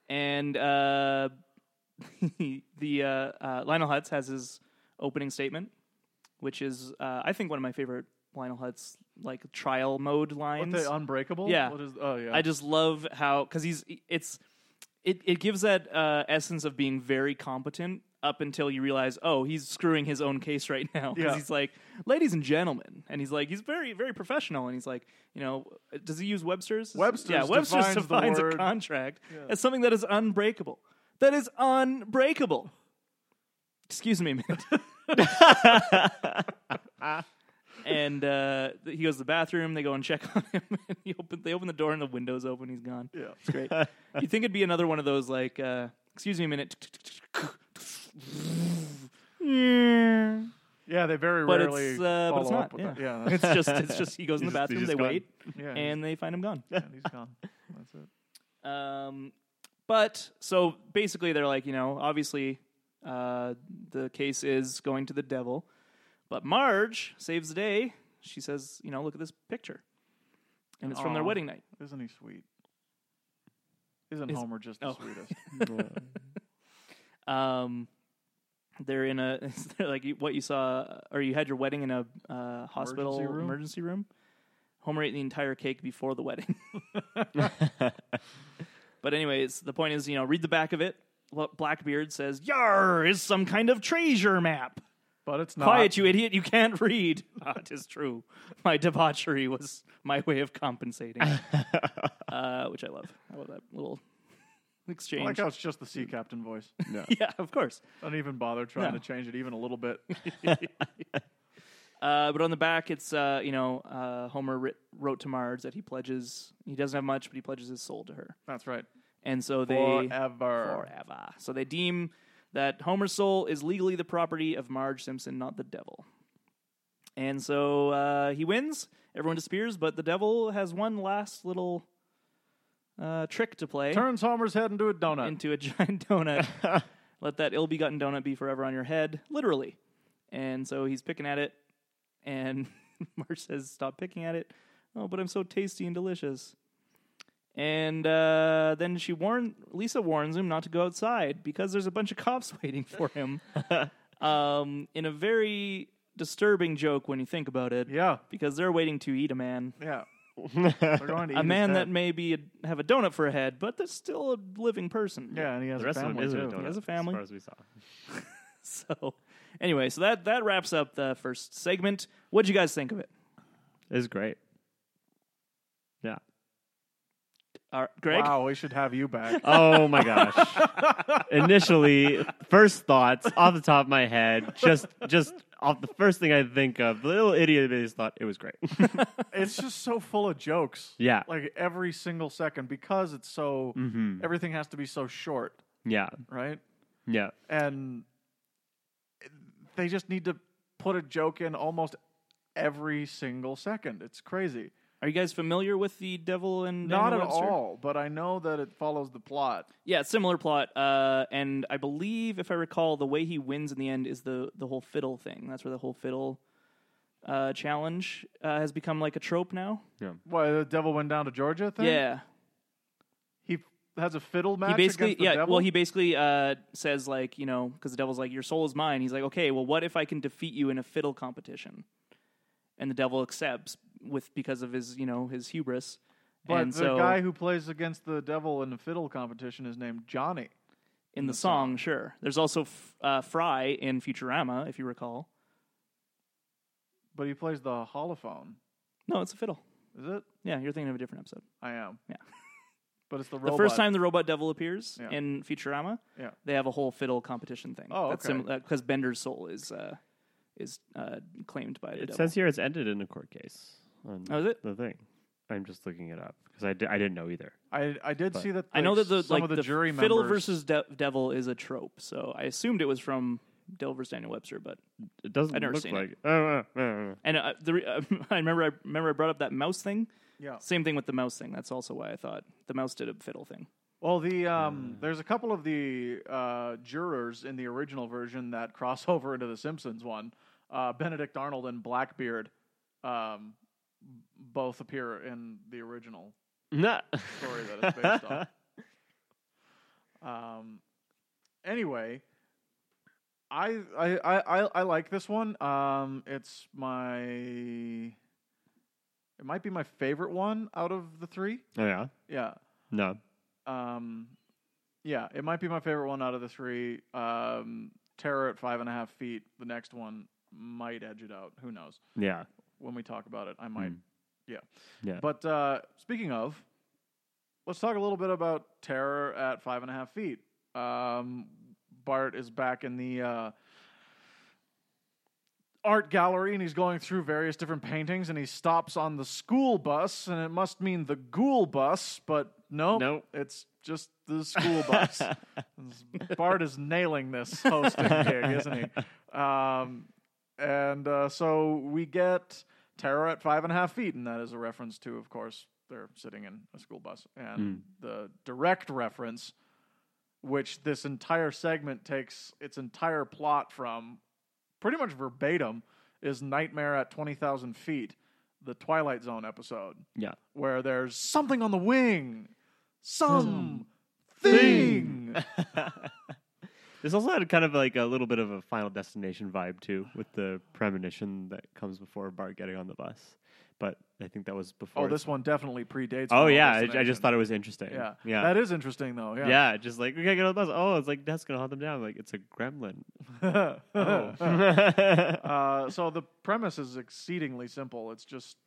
[SPEAKER 1] and uh, the uh, uh, Lionel Hutz has his opening statement, which is uh, I think one of my favorite Lionel Hutz like trial mode
[SPEAKER 2] What
[SPEAKER 1] lines.
[SPEAKER 2] the unbreakable?
[SPEAKER 1] Yeah.
[SPEAKER 2] What is, oh yeah.
[SPEAKER 1] I just love how because he's it's it it gives that uh, essence of being very competent up until you realize oh he's screwing his own case right now because
[SPEAKER 2] Yeah.
[SPEAKER 1] he's like ladies and gentlemen and he's like he's very very professional and he's like you know does he use Webster's
[SPEAKER 2] Webster's
[SPEAKER 1] yeah Webster's
[SPEAKER 2] defines the
[SPEAKER 1] defines a
[SPEAKER 2] word-
[SPEAKER 1] contract as something that is unbreakable that is unbreakable excuse me man and uh, th- he goes to the bathroom. They go and check on him. And he open, they open the door and the window's open. He's gone.
[SPEAKER 2] Yeah.
[SPEAKER 1] It's great. you think it'd be another one of those like, uh, excuse me a minute,
[SPEAKER 2] yeah, they very
[SPEAKER 1] but
[SPEAKER 2] rarely
[SPEAKER 1] it's uh, but
[SPEAKER 2] follow
[SPEAKER 1] it's
[SPEAKER 2] up
[SPEAKER 1] not.
[SPEAKER 2] with
[SPEAKER 1] Yeah.
[SPEAKER 2] that. Yeah,
[SPEAKER 1] it's
[SPEAKER 2] that's-
[SPEAKER 1] just it's just he goes in the
[SPEAKER 3] He's
[SPEAKER 1] bathroom.
[SPEAKER 3] just- he's
[SPEAKER 1] they
[SPEAKER 3] just gone.
[SPEAKER 1] wait
[SPEAKER 2] yeah,
[SPEAKER 1] and they find him gone.
[SPEAKER 2] he's, yeah, he's gone. That's it.
[SPEAKER 1] Um, but so basically, they're like, you know, obviously, uh, the case is going to the devil, but Marge saves the day. She says, you know, look at this picture, and it's from their
[SPEAKER 2] Aw.
[SPEAKER 1] wedding night.
[SPEAKER 2] Isn't he sweet? Isn't
[SPEAKER 1] Is-
[SPEAKER 2] Homer just the
[SPEAKER 1] oh.
[SPEAKER 2] sweetest?
[SPEAKER 1] Um, they're in a they're like you- what you saw, or you had your wedding in a uh, hospital
[SPEAKER 2] Emergency room?
[SPEAKER 1] emergency room. Homer ate the entire cake before the wedding. but anyways, the point is, you know, read the back of it. L- Blackbeard says, "Yar is some kind of treasure map."
[SPEAKER 2] But it's not.
[SPEAKER 1] Quiet, you idiot! You can't read. Ah, 'tis true. My debauchery was my way of compensating, uh, which I love. I love that little
[SPEAKER 2] I
[SPEAKER 1] exchange.
[SPEAKER 2] like how it's just the sea captain voice.
[SPEAKER 1] yeah, of course.
[SPEAKER 2] Don't even bother trying
[SPEAKER 1] No.
[SPEAKER 2] to change it even a little bit.
[SPEAKER 1] Uh, but on the back, it's uh, you know uh, Homer writ- wrote to Marge that he pledges he doesn't have much, but he pledges his soul to her,
[SPEAKER 2] That's right.
[SPEAKER 1] and so they
[SPEAKER 2] Forever.
[SPEAKER 1] forever. So they deem that Homer's soul is legally the property of Marge Simpson, not the devil. And so uh, he wins. Everyone disappears, but the devil has one last little uh, trick to play
[SPEAKER 2] Turns Homer's head into a donut.
[SPEAKER 1] into a giant donut. Let that ill begotten donut be forever on your head, literally. And so he's picking at it, and Marge says, Stop picking at it. Oh, but I'm so tasty and delicious. And uh, then she warn Lisa warns him not to go outside because there's a bunch of cops waiting for him. um, in a very disturbing joke when you think about it,
[SPEAKER 2] yeah.
[SPEAKER 1] because they're waiting to eat a man,
[SPEAKER 2] Yeah. They're going to eat
[SPEAKER 1] a
[SPEAKER 2] his
[SPEAKER 1] man
[SPEAKER 2] head.
[SPEAKER 1] that may be a, have a donut for a head, but that's still a living person.
[SPEAKER 2] Yeah, and he has
[SPEAKER 3] The rest
[SPEAKER 2] a
[SPEAKER 3] of them
[SPEAKER 2] family
[SPEAKER 3] isn't a
[SPEAKER 2] too.
[SPEAKER 3] donut.
[SPEAKER 1] He has a family.
[SPEAKER 3] As far as we saw.
[SPEAKER 1] So anyway, so that that wraps up the first segment. What'd you guys think of it?
[SPEAKER 3] It was great. Yeah.
[SPEAKER 1] Our, Greg,
[SPEAKER 2] Wow, we should have you back.
[SPEAKER 3] Oh my gosh. Initially, first thoughts off the top of my head, just just off the first thing I think of, the little idiot is thought it was great.
[SPEAKER 2] it's just so full of jokes.
[SPEAKER 3] Yeah.
[SPEAKER 2] Like every single second because it's so everything has to be so short,
[SPEAKER 3] yeah.
[SPEAKER 2] right?
[SPEAKER 3] Yeah.
[SPEAKER 2] And they just need to put a joke in almost every single second. It's crazy.
[SPEAKER 1] are you guys familiar with the Devil and
[SPEAKER 2] Not
[SPEAKER 1] Daniel
[SPEAKER 2] at
[SPEAKER 1] Webster?
[SPEAKER 2] all, but I know that it follows the plot.
[SPEAKER 1] Yeah, similar plot. Uh, and I believe, if I recall, the way he wins in the end is the the whole fiddle thing. That's where the whole fiddle uh, challenge uh, has become like a trope now.
[SPEAKER 2] Why the devil went down to Georgia thing?
[SPEAKER 1] Yeah,
[SPEAKER 2] He has a fiddle match
[SPEAKER 1] he basically
[SPEAKER 2] against the
[SPEAKER 1] yeah.
[SPEAKER 2] devil?
[SPEAKER 1] Well, he basically uh, says like you know because the devil's like your soul is mine. He's like okay, well what if I can defeat you in a fiddle competition? And the devil accepts with because of his you know his hubris.
[SPEAKER 2] but
[SPEAKER 1] and
[SPEAKER 2] the
[SPEAKER 1] so
[SPEAKER 2] guy who plays against the devil in the fiddle competition is named Johnny.
[SPEAKER 1] in the song, sure. There's also f- uh, Fry in Futurama, if you recall.
[SPEAKER 2] But he plays the holophone.
[SPEAKER 1] No, it's a fiddle.
[SPEAKER 2] Is it?
[SPEAKER 1] Yeah, you're thinking of a different episode.
[SPEAKER 2] I am.
[SPEAKER 1] Yeah.
[SPEAKER 2] But it's the
[SPEAKER 1] The
[SPEAKER 2] robot.
[SPEAKER 1] first time the robot devil appears
[SPEAKER 2] Yeah.
[SPEAKER 1] in Futurama,
[SPEAKER 2] Yeah.
[SPEAKER 1] they have a whole fiddle competition thing.
[SPEAKER 2] Oh,
[SPEAKER 1] That's
[SPEAKER 2] okay.
[SPEAKER 1] similar because Bender's soul is uh, is uh, claimed by the
[SPEAKER 3] It
[SPEAKER 1] devil.
[SPEAKER 3] says here it's ended in a court case. On
[SPEAKER 1] Oh, is it?
[SPEAKER 3] The thing. I'm just looking it up because I, di- I didn't know either.
[SPEAKER 2] I I did see that.
[SPEAKER 1] I know
[SPEAKER 2] like,
[SPEAKER 1] that the
[SPEAKER 2] some
[SPEAKER 1] like
[SPEAKER 2] of the, jury
[SPEAKER 1] fiddle
[SPEAKER 2] members,
[SPEAKER 1] versus de- devil is a trope, so I assumed it was from Devil versus Daniel Webster. But
[SPEAKER 3] It doesn't
[SPEAKER 1] I've never
[SPEAKER 3] look
[SPEAKER 1] seen
[SPEAKER 3] like. oh,
[SPEAKER 1] it.
[SPEAKER 3] I don't know, I don't know.
[SPEAKER 1] and uh, the re- I remember I remember I brought up that mouse thing.
[SPEAKER 2] Yeah.
[SPEAKER 1] Same thing with the mouse thing. That's also why I thought the mouse did a fiddle thing.
[SPEAKER 2] Well, the um, there's a couple of the uh, jurors in the original version that cross over into the Simpsons one. Uh, Benedict Arnold and Blackbeard, um, b- both appear in the original
[SPEAKER 3] Nah.
[SPEAKER 2] story that it's based on. Um, anyway, I I, I I I like this one. Um, it's my it might be my favorite one out of the three.
[SPEAKER 3] Oh yeah.
[SPEAKER 2] Yeah.
[SPEAKER 3] No.
[SPEAKER 2] Um, yeah, it might be my favorite one out of the three. Um, Terror at five and a half feet. The next one might edge it out. Who knows?
[SPEAKER 3] Yeah.
[SPEAKER 2] When we talk about it, I might.
[SPEAKER 3] Mm.
[SPEAKER 2] Yeah.
[SPEAKER 3] Yeah.
[SPEAKER 2] But uh, speaking of, let's talk a little bit about Terror at five and a half feet. Um, Bart is back in the uh, art gallery and he's going through various different paintings and he stops on the school bus and it must mean the ghoul bus, but no,
[SPEAKER 3] Nope.
[SPEAKER 2] it's just the school bus. Bart is nailing this hosting gig, isn't he? Um, and uh, so we get Terror at five and a half feet, and that is a reference to, of course, they're sitting in a school bus. And the direct reference, which this entire segment takes its entire plot from, pretty much verbatim, is Nightmare at 20,000 Feet, the Twilight Zone episode,
[SPEAKER 3] Yeah.
[SPEAKER 2] where there's something on the wing, some thing.
[SPEAKER 3] This also had kind of like a little bit of a Final Destination vibe too, with the premonition that comes before Bart getting on the bus. But I think that was before.
[SPEAKER 2] Oh, this one definitely predates.
[SPEAKER 3] Oh
[SPEAKER 2] Final
[SPEAKER 3] yeah, I, I
[SPEAKER 2] Destination.
[SPEAKER 3] just thought it was interesting.
[SPEAKER 2] Yeah.
[SPEAKER 3] yeah,
[SPEAKER 2] That is interesting though.
[SPEAKER 3] yeah. Just like we gotta get on the bus. Oh, it's like that's gonna hunt them down. Like it's a gremlin.
[SPEAKER 2] Yeah.
[SPEAKER 3] Oh.
[SPEAKER 2] uh, so the premise is exceedingly simple. It's just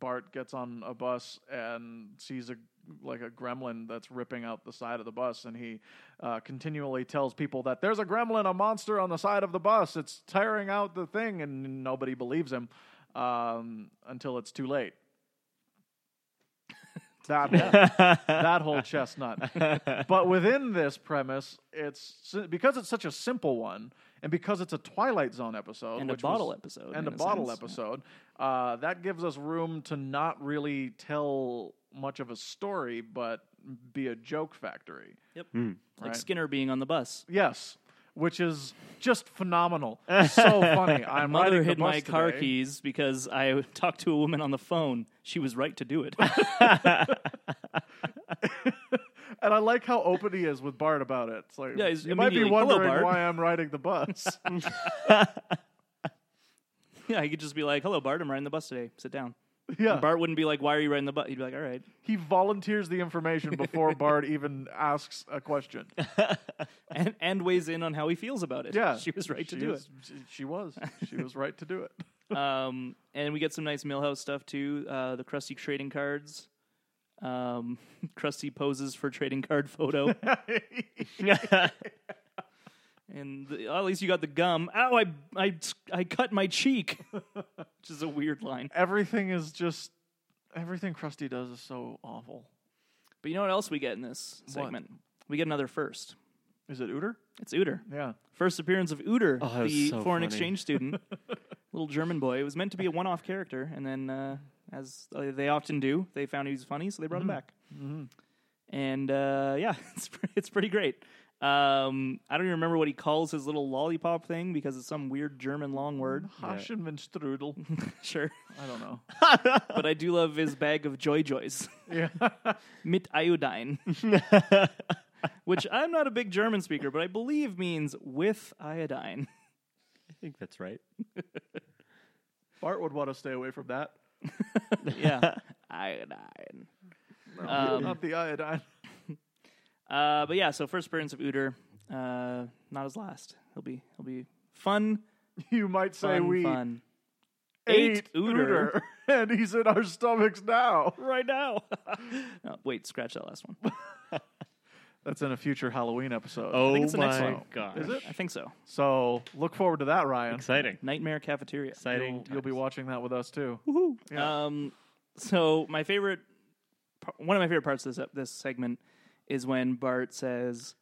[SPEAKER 2] Bart gets on a bus and sees a like a gremlin that's ripping out the side of the bus, and he uh, continually tells people that there's a gremlin, a monster on the side of the bus. It's tearing out the thing, and nobody believes him um, until it's too late. That, that whole chestnut but within this premise, it's because it's such a simple one, and because it's a Twilight Zone episode
[SPEAKER 1] and a
[SPEAKER 2] which
[SPEAKER 1] bottle
[SPEAKER 2] was-
[SPEAKER 1] episode.
[SPEAKER 2] and
[SPEAKER 1] in
[SPEAKER 2] a bottle
[SPEAKER 1] sense.
[SPEAKER 2] episode, uh, that gives us room to not really tell much of a story, but be a joke factory.
[SPEAKER 1] Like
[SPEAKER 2] Hmm. right.
[SPEAKER 1] Skinner being on the bus.
[SPEAKER 2] Yes, which is just phenomenal. so funny.
[SPEAKER 1] My
[SPEAKER 2] I'm
[SPEAKER 1] mother
[SPEAKER 2] riding the
[SPEAKER 1] hid my
[SPEAKER 2] bus
[SPEAKER 1] car
[SPEAKER 2] today.
[SPEAKER 1] keys because I talked to a woman on the phone. She was right to do it.
[SPEAKER 2] and I like how open he is with Bart about it. It's like
[SPEAKER 1] Yeah, he's
[SPEAKER 2] you might be
[SPEAKER 1] immediately, "Hello,
[SPEAKER 2] wondering
[SPEAKER 1] Bart."
[SPEAKER 2] why I'm riding the bus.
[SPEAKER 1] yeah, I could just be like, "Hello, Bart. I'm riding the bus today. Sit down."
[SPEAKER 2] yeah,
[SPEAKER 1] And Bart wouldn't be like, "Why are you riding the bus?" He'd be like, "All right."
[SPEAKER 2] he volunteers the information before Bart even asks a question.
[SPEAKER 1] And and weighs in on how he feels about it.
[SPEAKER 2] Yeah,
[SPEAKER 1] she was right to
[SPEAKER 2] she
[SPEAKER 1] do
[SPEAKER 2] is- She, she was. She was right to do it.
[SPEAKER 1] it. Um, and we get some nice Millhouse stuff too. Uh, the Krusty trading cards. Um, Krusty poses for trading card photo, and the, oh, at least you got the gum. Ow! I I I cut my cheek, which is a weird line.
[SPEAKER 2] everything is just everything Krusty does is so awful.
[SPEAKER 1] But you know what else we get in this segment? We get another first.
[SPEAKER 2] Is it Uter?
[SPEAKER 1] It's Uter.
[SPEAKER 2] Yeah.
[SPEAKER 1] First appearance of Uter,
[SPEAKER 3] Oh, that was
[SPEAKER 1] the
[SPEAKER 3] so
[SPEAKER 1] foreign
[SPEAKER 3] funny.
[SPEAKER 1] exchange student, little German boy. It was meant to be a one-off character, and then, uh, as uh, they often do, they found he was funny, so they
[SPEAKER 3] Mm-hmm.
[SPEAKER 1] brought him back. And uh, yeah, it's pre- it's pretty great. Um, I don't even remember what he calls his little lollipop thing because it's some weird German long word.
[SPEAKER 2] Haschenwinstrudel.
[SPEAKER 3] Mm-hmm.
[SPEAKER 1] sure,
[SPEAKER 2] I don't know.
[SPEAKER 1] but I do love his bag of Joy Joys.
[SPEAKER 2] Yeah.
[SPEAKER 1] mit iodine, which I'm not a big German speaker, but I believe means with iodine.
[SPEAKER 3] I think that's right.
[SPEAKER 2] Bart would want to stay away from that.
[SPEAKER 1] yeah, iodine.
[SPEAKER 2] No,
[SPEAKER 1] Um,
[SPEAKER 2] not the iodine.
[SPEAKER 1] Uh, but yeah, so first appearance of Uter, uh, not his last. He'll be he'll be fun,
[SPEAKER 2] You might say
[SPEAKER 1] fun,
[SPEAKER 2] we
[SPEAKER 1] fun.
[SPEAKER 2] ate,
[SPEAKER 1] Ate Uter.
[SPEAKER 2] Uter, and he's in our stomachs now.
[SPEAKER 1] right now. no, wait, scratch that last one.
[SPEAKER 2] That's in a future Halloween episode.
[SPEAKER 3] Oh
[SPEAKER 1] think it's the next
[SPEAKER 3] my
[SPEAKER 1] one.
[SPEAKER 3] god!
[SPEAKER 2] Is it?
[SPEAKER 1] I think so.
[SPEAKER 2] So look forward to that, Ryan.
[SPEAKER 3] exciting?
[SPEAKER 1] Nightmare cafeteria.
[SPEAKER 3] Exciting.
[SPEAKER 2] You'll, you'll be
[SPEAKER 3] times.
[SPEAKER 2] watching that with us too.
[SPEAKER 1] Um, so my favorite, par- one of my favorite parts of this this segment is when Bart says,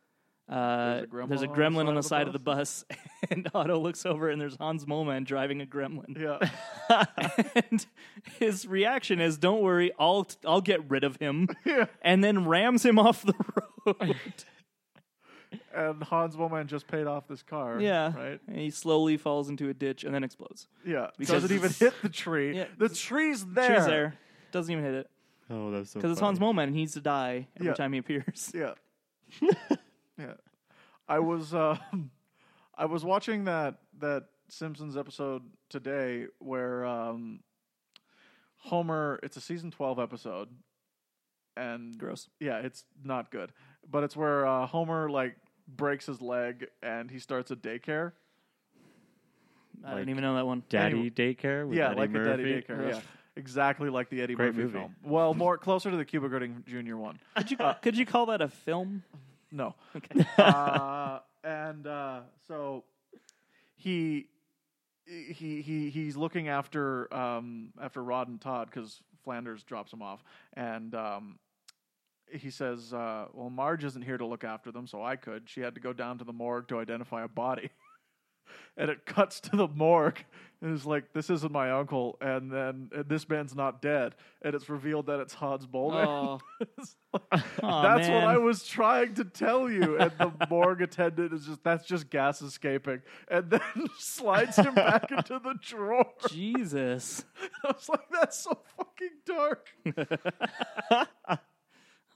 [SPEAKER 1] uh,
[SPEAKER 2] There's a gremlin
[SPEAKER 1] "There's a
[SPEAKER 2] on the
[SPEAKER 1] gremlin
[SPEAKER 2] side
[SPEAKER 1] on the
[SPEAKER 2] of the
[SPEAKER 1] side of the bus," and Otto looks over and there's Hans Moleman driving a gremlin,
[SPEAKER 2] Yeah.
[SPEAKER 1] and his reaction is, "Don't worry, I'll I'll get rid of him,"
[SPEAKER 2] Yeah.
[SPEAKER 1] and then rams him off the road.
[SPEAKER 2] and Hans Woman just paid off this car.
[SPEAKER 1] yeah,
[SPEAKER 2] Right?
[SPEAKER 1] And he slowly falls into a ditch and then explodes.
[SPEAKER 2] Yeah.
[SPEAKER 1] Because
[SPEAKER 2] Doesn't even
[SPEAKER 1] it's-
[SPEAKER 2] hit the tree.
[SPEAKER 1] Yeah.
[SPEAKER 2] The tree's there.
[SPEAKER 1] Tree's there, doesn't even hit it
[SPEAKER 3] Oh, that's so.
[SPEAKER 1] because it's Hans Moleman and he needs to die every
[SPEAKER 2] Yeah.
[SPEAKER 1] time he appears.
[SPEAKER 2] Yeah. yeah. I was um I was watching that that Simpsons episode today where um Homer it's a season 12 episode and
[SPEAKER 1] Gross.
[SPEAKER 2] yeah, it's not good. But it's where uh, Homer like breaks his leg and he starts a daycare.
[SPEAKER 1] I didn't
[SPEAKER 3] Like-
[SPEAKER 1] even know that one.
[SPEAKER 3] Daddy daycare. With
[SPEAKER 2] yeah,
[SPEAKER 3] Eddie
[SPEAKER 2] like
[SPEAKER 3] Murphy.
[SPEAKER 2] a daddy daycare. Yeah. Exactly like the Eddie
[SPEAKER 3] Great
[SPEAKER 2] Murphy
[SPEAKER 3] movie.
[SPEAKER 2] film. Well, more closer to the Cuba Gooding Jr. one.
[SPEAKER 1] Could you could you call that a film?
[SPEAKER 2] No.
[SPEAKER 1] Okay.
[SPEAKER 2] uh, and uh, so he he he he's looking after um, after Rod and Todd because Flanders drops him off, and um, he says, uh, "Well, Marge isn't here to look after them, so I could. She had to go down to the morgue to identify a body." and it cuts to the morgue. And it's like this isn't my uncle, and then and this man's not dead, and it's revealed that it's Hans Boulder.
[SPEAKER 1] Oh. Aw,
[SPEAKER 2] That's
[SPEAKER 1] man.
[SPEAKER 2] what I was trying to tell you. And the morgue attendant is just that's just gas escaping, and then slides him back into the drawer.
[SPEAKER 1] Jesus.
[SPEAKER 2] I was like, that's so fucking dark.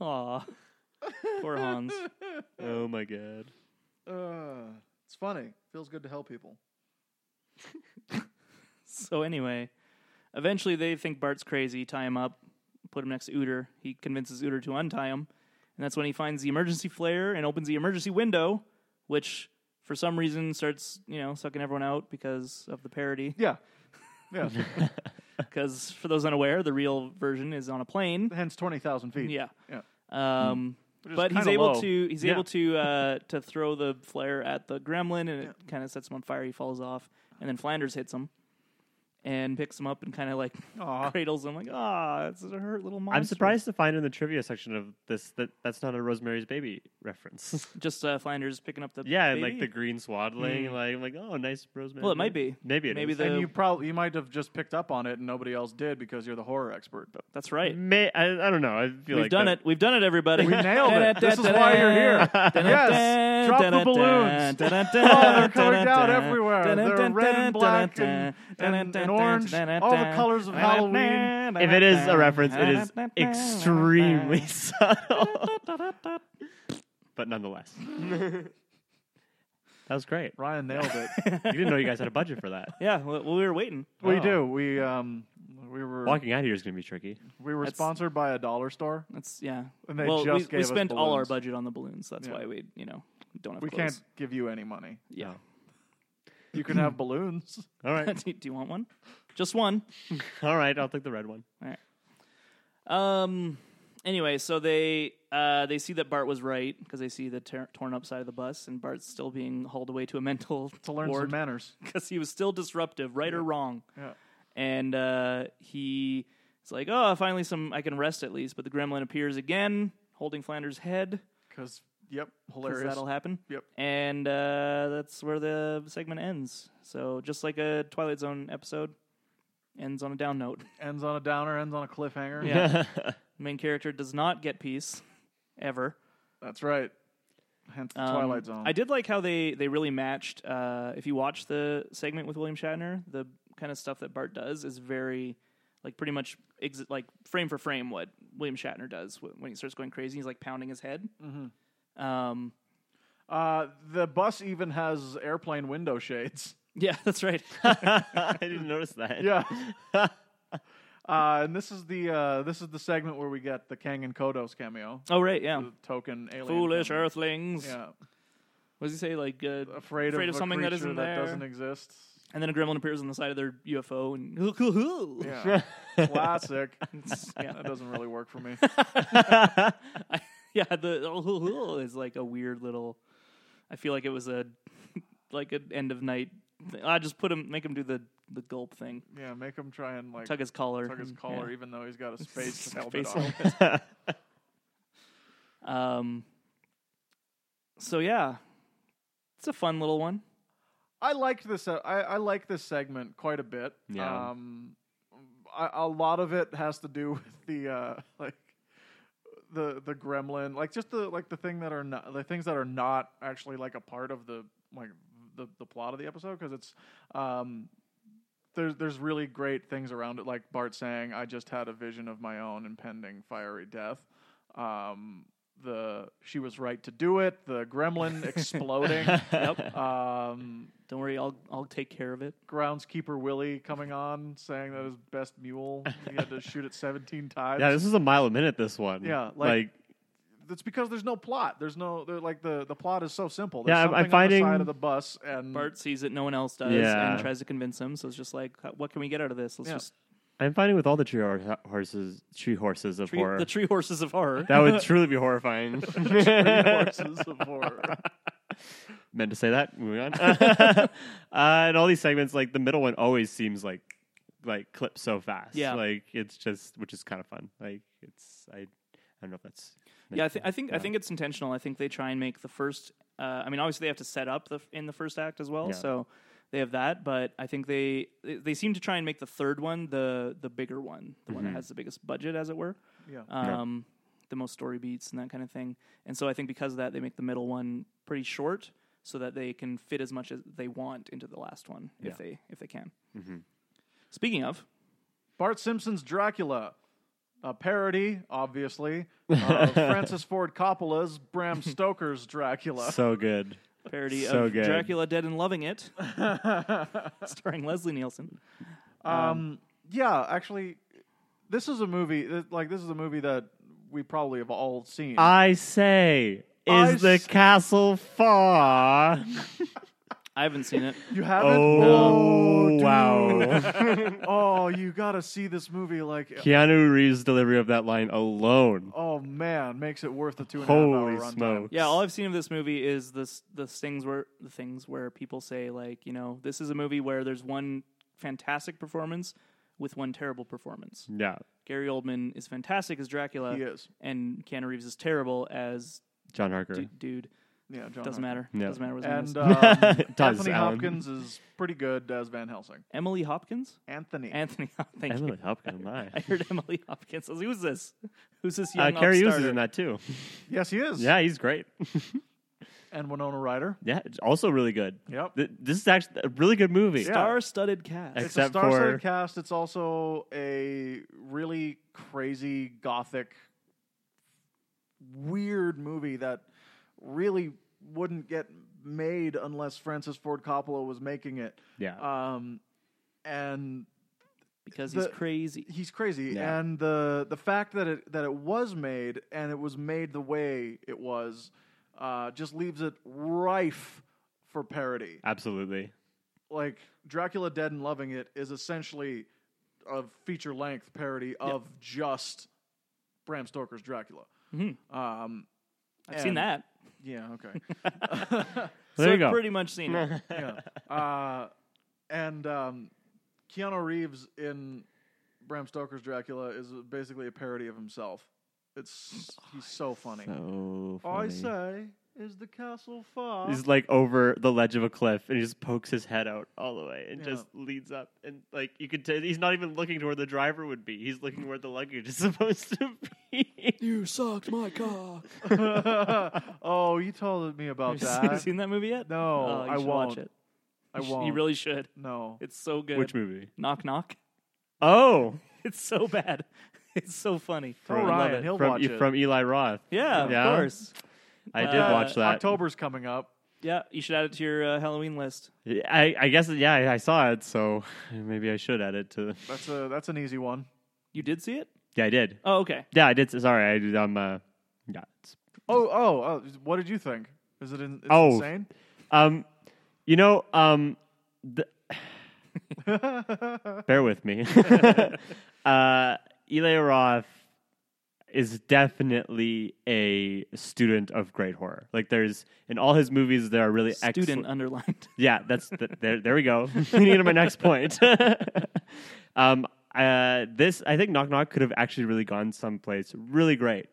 [SPEAKER 1] Aw. Poor Hans.
[SPEAKER 3] Oh my god.
[SPEAKER 2] Uh, it's funny. Feels good to help people.
[SPEAKER 1] So anyway, eventually they think Bart's crazy, tie him up, put him next to Uter. He convinces Uter to untie him, and that's when he finds the emergency flare and opens the emergency window, which for some reason starts, you know, sucking everyone out because of the parody.
[SPEAKER 2] Yeah. Yeah.
[SPEAKER 1] Because for those unaware, the real version is on a plane.
[SPEAKER 2] Hence 20,000 feet.
[SPEAKER 1] Yeah.
[SPEAKER 2] Yeah.
[SPEAKER 1] Um,
[SPEAKER 2] Hmm. is
[SPEAKER 1] but he's
[SPEAKER 2] kinda
[SPEAKER 1] able
[SPEAKER 2] low.
[SPEAKER 1] to he's
[SPEAKER 3] Yeah.
[SPEAKER 1] able to uh, to throw the flare at the gremlin, and it kind of sets him on fire. He falls off, and then Flanders hits him and picks him up and kind of like
[SPEAKER 2] Aw.
[SPEAKER 1] cradles him, like ah, it's a hurt little monster.
[SPEAKER 3] I'm surprised to find in the trivia section of this that that's not a Rosemary's Baby reference.
[SPEAKER 1] Just uh, Flanders picking up the
[SPEAKER 3] yeah, and
[SPEAKER 1] baby?
[SPEAKER 3] like the green swaddling, like I'm like oh, nice Rosemary.
[SPEAKER 1] Hmm. Well, it might be.
[SPEAKER 3] Maybe it
[SPEAKER 1] Maybe
[SPEAKER 3] is.
[SPEAKER 1] the-
[SPEAKER 2] And you probably you might have just picked up on it and nobody else did because you're the horror expert.
[SPEAKER 1] that's right.
[SPEAKER 3] May, I, I don't know. I feel
[SPEAKER 1] We've
[SPEAKER 3] like
[SPEAKER 1] done
[SPEAKER 3] that-
[SPEAKER 1] it. We've done it, everybody.
[SPEAKER 2] We nailed it. This is why you're here. Yes. Drop the balloons. Oh, they're coming down everywhere. They're red and black and, and, and orange. All the colors of Halloween.
[SPEAKER 3] If it is a reference, it is extremely subtle, but nonetheless, that was great.
[SPEAKER 2] Ryan nailed it.
[SPEAKER 3] You didn't know you guys had a budget for that.
[SPEAKER 1] Yeah, well, we were waiting.
[SPEAKER 2] we
[SPEAKER 3] Oh.
[SPEAKER 2] do. We um we were
[SPEAKER 3] Walking out of here is going to be tricky.
[SPEAKER 2] we were
[SPEAKER 1] That's-
[SPEAKER 2] sponsored by a dollar store.
[SPEAKER 1] That's yeah.
[SPEAKER 2] And they
[SPEAKER 1] well,
[SPEAKER 2] just
[SPEAKER 1] we, we
[SPEAKER 2] gave us
[SPEAKER 1] spent all our
[SPEAKER 2] balloons.
[SPEAKER 1] budget on the balloons. That's
[SPEAKER 2] Yeah.
[SPEAKER 1] why we, you know, don't have.
[SPEAKER 2] We
[SPEAKER 1] clothes.
[SPEAKER 2] can't give you any money.
[SPEAKER 1] Yeah.
[SPEAKER 2] You can have balloons.
[SPEAKER 3] All right,
[SPEAKER 1] do, do you want one? Just one.
[SPEAKER 3] all right. I'll take the red one.
[SPEAKER 1] Um. Anyway, so they uh they see that Bart was right because they see the ter- torn up side of the bus and Bart's still being hauled away to a mental
[SPEAKER 2] to learn some
[SPEAKER 1] ward
[SPEAKER 2] manners.
[SPEAKER 1] because he was still disruptive, right or wrong.
[SPEAKER 2] Yeah.
[SPEAKER 1] and uh, he is like, "Oh, finally, some I can rest at least." But the gremlin appears again, holding Flanders' head.
[SPEAKER 2] Because yep,
[SPEAKER 1] 'cause
[SPEAKER 2] hilarious.
[SPEAKER 1] That'll happen.
[SPEAKER 2] Yep.
[SPEAKER 1] And uh, that's where the segment ends. So just like a Twilight Zone episode, ends on a down note.
[SPEAKER 2] Ends on a downer. Ends on a cliffhanger.
[SPEAKER 1] Yeah. Main character does not get peace ever.
[SPEAKER 2] that's right. Hence the
[SPEAKER 1] Um,
[SPEAKER 2] Twilight Zone.
[SPEAKER 1] I did like how they they really matched. Uh, if you watch the segment with William Shatner, the kind of stuff that Bart does is very like pretty much ex- like frame for frame what William Shatner does wh- when he starts going crazy. He's like pounding his head.
[SPEAKER 2] Mm-hmm.
[SPEAKER 1] Um,
[SPEAKER 2] Uh, the bus even has airplane window shades.
[SPEAKER 1] yeah, that's right.
[SPEAKER 3] I didn't notice that.
[SPEAKER 2] Yeah. Uh, and this is the uh, this is the segment where we get the Kang and Kodos cameo,
[SPEAKER 1] oh right, yeah.
[SPEAKER 2] the token alien.
[SPEAKER 1] Foolish
[SPEAKER 2] cameo.
[SPEAKER 1] Earthlings.
[SPEAKER 2] Yeah,
[SPEAKER 1] What does he say? Like uh,
[SPEAKER 2] afraid,
[SPEAKER 1] Afraid of
[SPEAKER 2] of, a
[SPEAKER 1] something that
[SPEAKER 2] creature
[SPEAKER 1] isn't
[SPEAKER 2] that
[SPEAKER 1] there.
[SPEAKER 2] doesn't exist.
[SPEAKER 1] and then a gremlin appears on the side of their UFO and yeah.
[SPEAKER 2] Yeah, classic.
[SPEAKER 1] yeah.
[SPEAKER 2] That doesn't really work for me.
[SPEAKER 1] I, yeah, the oh, is like a weird little. I feel like it was a like an end of night. Thing. I just put him, make him do the the gulp thing,
[SPEAKER 2] Yeah, make him try and like
[SPEAKER 1] tug his collar,
[SPEAKER 2] tug his
[SPEAKER 1] and-
[SPEAKER 2] collar, even though he's got a space helmet
[SPEAKER 1] Space
[SPEAKER 2] on.
[SPEAKER 1] yeah. Um. So yeah, it's a fun little one.
[SPEAKER 2] I liked this. Uh, I, I like this segment quite a bit.
[SPEAKER 3] Yeah.
[SPEAKER 2] Um, I, a lot of it has to do with the uh, like the the gremlin, like just the like the thing that are not the things that are not actually like a part of the like the the plot of the episode because it's um. There's there's really great things around it, like Bart saying, "I just had a vision of my own impending fiery death." Um, the she was right to do it. The gremlin exploding.
[SPEAKER 1] Yep.
[SPEAKER 2] Um,
[SPEAKER 1] Don't worry, I'll I'll take care of it.
[SPEAKER 2] Mm-hmm. groundskeeper Willie coming on saying that his best mule he had to shoot it 17 times.
[SPEAKER 3] Yeah, this is a mile a minute. This one.
[SPEAKER 2] Yeah, like-
[SPEAKER 3] like,
[SPEAKER 2] That's because there's no plot. There's no they're like the the plot is so simple. There's
[SPEAKER 3] Yeah, I'm-
[SPEAKER 2] something
[SPEAKER 3] I'm finding-
[SPEAKER 2] on the side of the bus and
[SPEAKER 1] Bart sees it, no one else does,
[SPEAKER 3] Yeah.
[SPEAKER 1] and tries to convince him. So it's just like, what can we get out of this? Let's
[SPEAKER 2] Yeah.
[SPEAKER 1] just
[SPEAKER 3] I'm finding with all the tree hor- horses, tree horses of
[SPEAKER 1] tree,
[SPEAKER 3] horror.
[SPEAKER 1] the tree horses of horror.
[SPEAKER 3] that would truly be horrifying.
[SPEAKER 2] horses of horror.
[SPEAKER 3] meant to say that. Moving on. uh, and all these segments, like the middle one, always seems like like clips so fast.
[SPEAKER 1] Yeah.
[SPEAKER 3] like it's just which is kind of fun. Like it's I, I don't know if that's
[SPEAKER 1] Yeah, I, th- I think I
[SPEAKER 3] Yeah.
[SPEAKER 1] think it's intentional. I think they try and make the first. Uh, I mean, obviously they have to set up the f- in the first act as well,
[SPEAKER 3] Yeah.
[SPEAKER 1] so they have that. But I think they they- they seem to try and make the third one the the bigger one, the one that has the biggest budget, as it were,
[SPEAKER 2] Yeah.
[SPEAKER 3] Mm-hmm. Yeah.
[SPEAKER 1] um, the most story beats and that kind of thing. And so I think because of that, they make the middle one pretty short, so that they can fit as much as they want into the last one if
[SPEAKER 3] Yeah. Mm-hmm.
[SPEAKER 1] they if they can. Speaking of,
[SPEAKER 2] Bart Simpson's Dracula. A parody, obviously, of Francis Ford Coppola's Bram Stoker's Dracula.
[SPEAKER 3] so good.
[SPEAKER 1] parody
[SPEAKER 3] So
[SPEAKER 1] of
[SPEAKER 3] good.
[SPEAKER 1] Dracula Dead and Loving It, starring Leslie Nielsen.
[SPEAKER 2] Um, yeah, actually, this is a movie. that- Like, this is a movie that we probably have all seen.
[SPEAKER 3] I say,
[SPEAKER 2] I
[SPEAKER 3] is the
[SPEAKER 2] s-
[SPEAKER 3] castle far?
[SPEAKER 1] I haven't seen it.
[SPEAKER 2] you haven't?
[SPEAKER 3] Oh,
[SPEAKER 2] dude.
[SPEAKER 3] wow.
[SPEAKER 2] oh, you gotta see this movie. Like,
[SPEAKER 3] Keanu Reeves' delivery of that line alone.
[SPEAKER 2] oh man, makes it worth the two and a half
[SPEAKER 3] Holy
[SPEAKER 2] hour runtime.
[SPEAKER 3] smokes.
[SPEAKER 1] Yeah, all I've seen of this movie is this the things where the things where people say like, you know, this is a movie where there's one fantastic performance with one terrible performance.
[SPEAKER 3] Yeah.
[SPEAKER 1] Gary Oldman is fantastic as Dracula,
[SPEAKER 2] He is.
[SPEAKER 1] and Keanu Reeves is terrible as
[SPEAKER 3] John Harker.
[SPEAKER 1] du- dude.
[SPEAKER 2] Yeah, John.
[SPEAKER 1] Doesn't
[SPEAKER 2] Hurt.
[SPEAKER 1] matter.
[SPEAKER 3] No.
[SPEAKER 1] Doesn't matter. What his name is.
[SPEAKER 2] And um,
[SPEAKER 3] It does,
[SPEAKER 2] Anthony
[SPEAKER 3] Alan.
[SPEAKER 2] Hopkins is pretty good as Van Helsing.
[SPEAKER 1] Emily Hopkins,
[SPEAKER 2] Anthony.
[SPEAKER 1] Anthony. Hop- Thank you.
[SPEAKER 3] Emily Hopkins, my.
[SPEAKER 1] I heard Emily Hopkins. I was like, who's this? Who's this
[SPEAKER 3] Uh,
[SPEAKER 1] young
[SPEAKER 3] Carrie Hughes is
[SPEAKER 1] upstarter?
[SPEAKER 3] in that too.
[SPEAKER 2] yes, he is.
[SPEAKER 3] Yeah, he's great.
[SPEAKER 2] And Winona Ryder.
[SPEAKER 3] yeah, it's also really good.
[SPEAKER 2] Yep.
[SPEAKER 3] Th- This is actually a really good movie.
[SPEAKER 2] Yeah.
[SPEAKER 1] Star-studded cast.
[SPEAKER 3] Ex-
[SPEAKER 2] It's a
[SPEAKER 3] except
[SPEAKER 2] star-studded
[SPEAKER 3] for-
[SPEAKER 2] cast. It's also a really crazy gothic, weird movie that really wouldn't get made unless Francis Ford Coppola was making it.
[SPEAKER 3] Yeah.
[SPEAKER 2] Um, and
[SPEAKER 1] because
[SPEAKER 2] the-
[SPEAKER 1] he's crazy.
[SPEAKER 2] he's crazy.
[SPEAKER 3] Yeah.
[SPEAKER 2] And the the fact that it that it was made and it was made the way it was, uh, just leaves it rife for parody.
[SPEAKER 3] Absolutely.
[SPEAKER 2] like Dracula Dead and Loving It is essentially a feature length parody of just Bram Stoker's Dracula.
[SPEAKER 1] Mhm.
[SPEAKER 2] Um,
[SPEAKER 1] I've seen
[SPEAKER 2] and-
[SPEAKER 1] that.
[SPEAKER 2] Yeah, okay.
[SPEAKER 1] so
[SPEAKER 3] There you
[SPEAKER 1] I've
[SPEAKER 3] go.
[SPEAKER 1] pretty much seen it.
[SPEAKER 2] yeah. Uh, and um, Keanu Reeves in Bram Stoker's Dracula is basically a parody of himself. It's he's so funny.
[SPEAKER 3] So
[SPEAKER 2] Oh, I
[SPEAKER 3] funny.
[SPEAKER 2] say, is the castle far?
[SPEAKER 3] He's like over the ledge of a cliff and he just pokes his head out all the way and
[SPEAKER 2] Yeah.
[SPEAKER 3] just leads up and like you could tell he's not even looking to where the driver would be. He's looking where the luggage is supposed to be.
[SPEAKER 1] You sucked my car.
[SPEAKER 2] oh, you told me about
[SPEAKER 1] Have you
[SPEAKER 2] that.
[SPEAKER 1] seen that movie yet?
[SPEAKER 2] No,
[SPEAKER 1] Oh, you
[SPEAKER 2] I
[SPEAKER 1] should
[SPEAKER 2] won't.
[SPEAKER 1] Watch it.
[SPEAKER 2] I
[SPEAKER 1] You sh-
[SPEAKER 2] won't.
[SPEAKER 1] You really should.
[SPEAKER 2] no.
[SPEAKER 1] It's so good.
[SPEAKER 3] Which movie?
[SPEAKER 1] Knock knock.
[SPEAKER 3] Oh,
[SPEAKER 1] It's so bad. It's so funny.
[SPEAKER 2] Tell
[SPEAKER 1] I love
[SPEAKER 2] Ryan,
[SPEAKER 1] it.
[SPEAKER 2] he'll
[SPEAKER 3] from
[SPEAKER 2] watch
[SPEAKER 3] E-
[SPEAKER 2] it.
[SPEAKER 3] from Eli Roth.
[SPEAKER 1] Yeah,
[SPEAKER 3] Yeah.
[SPEAKER 1] of course.
[SPEAKER 3] I did
[SPEAKER 1] Uh,
[SPEAKER 3] watch that.
[SPEAKER 2] October's coming up.
[SPEAKER 1] Yeah, you should add it to your uh, Halloween list.
[SPEAKER 3] I, I guess yeah, I, I saw it, so maybe I should add it to.
[SPEAKER 2] That's a that's an easy one.
[SPEAKER 1] You did see it?
[SPEAKER 3] Yeah, I did.
[SPEAKER 1] Oh, okay.
[SPEAKER 3] Yeah, I did. Sorry, I did. Um, uh, yeah. It's,
[SPEAKER 2] Oh oh, oh what did you think? Is it in, it's
[SPEAKER 3] Oh.
[SPEAKER 2] insane?
[SPEAKER 3] um, you know, um, the, bear with me. uh, Eli Roth is definitely a student of great horror. Like, there's in all his movies, there are really
[SPEAKER 1] Student
[SPEAKER 3] excellent.
[SPEAKER 1] underlined.
[SPEAKER 3] Yeah, that's th- there. There we go. Leading to my next point. um, uh, this I think Knock Knock could have actually really gone someplace really great,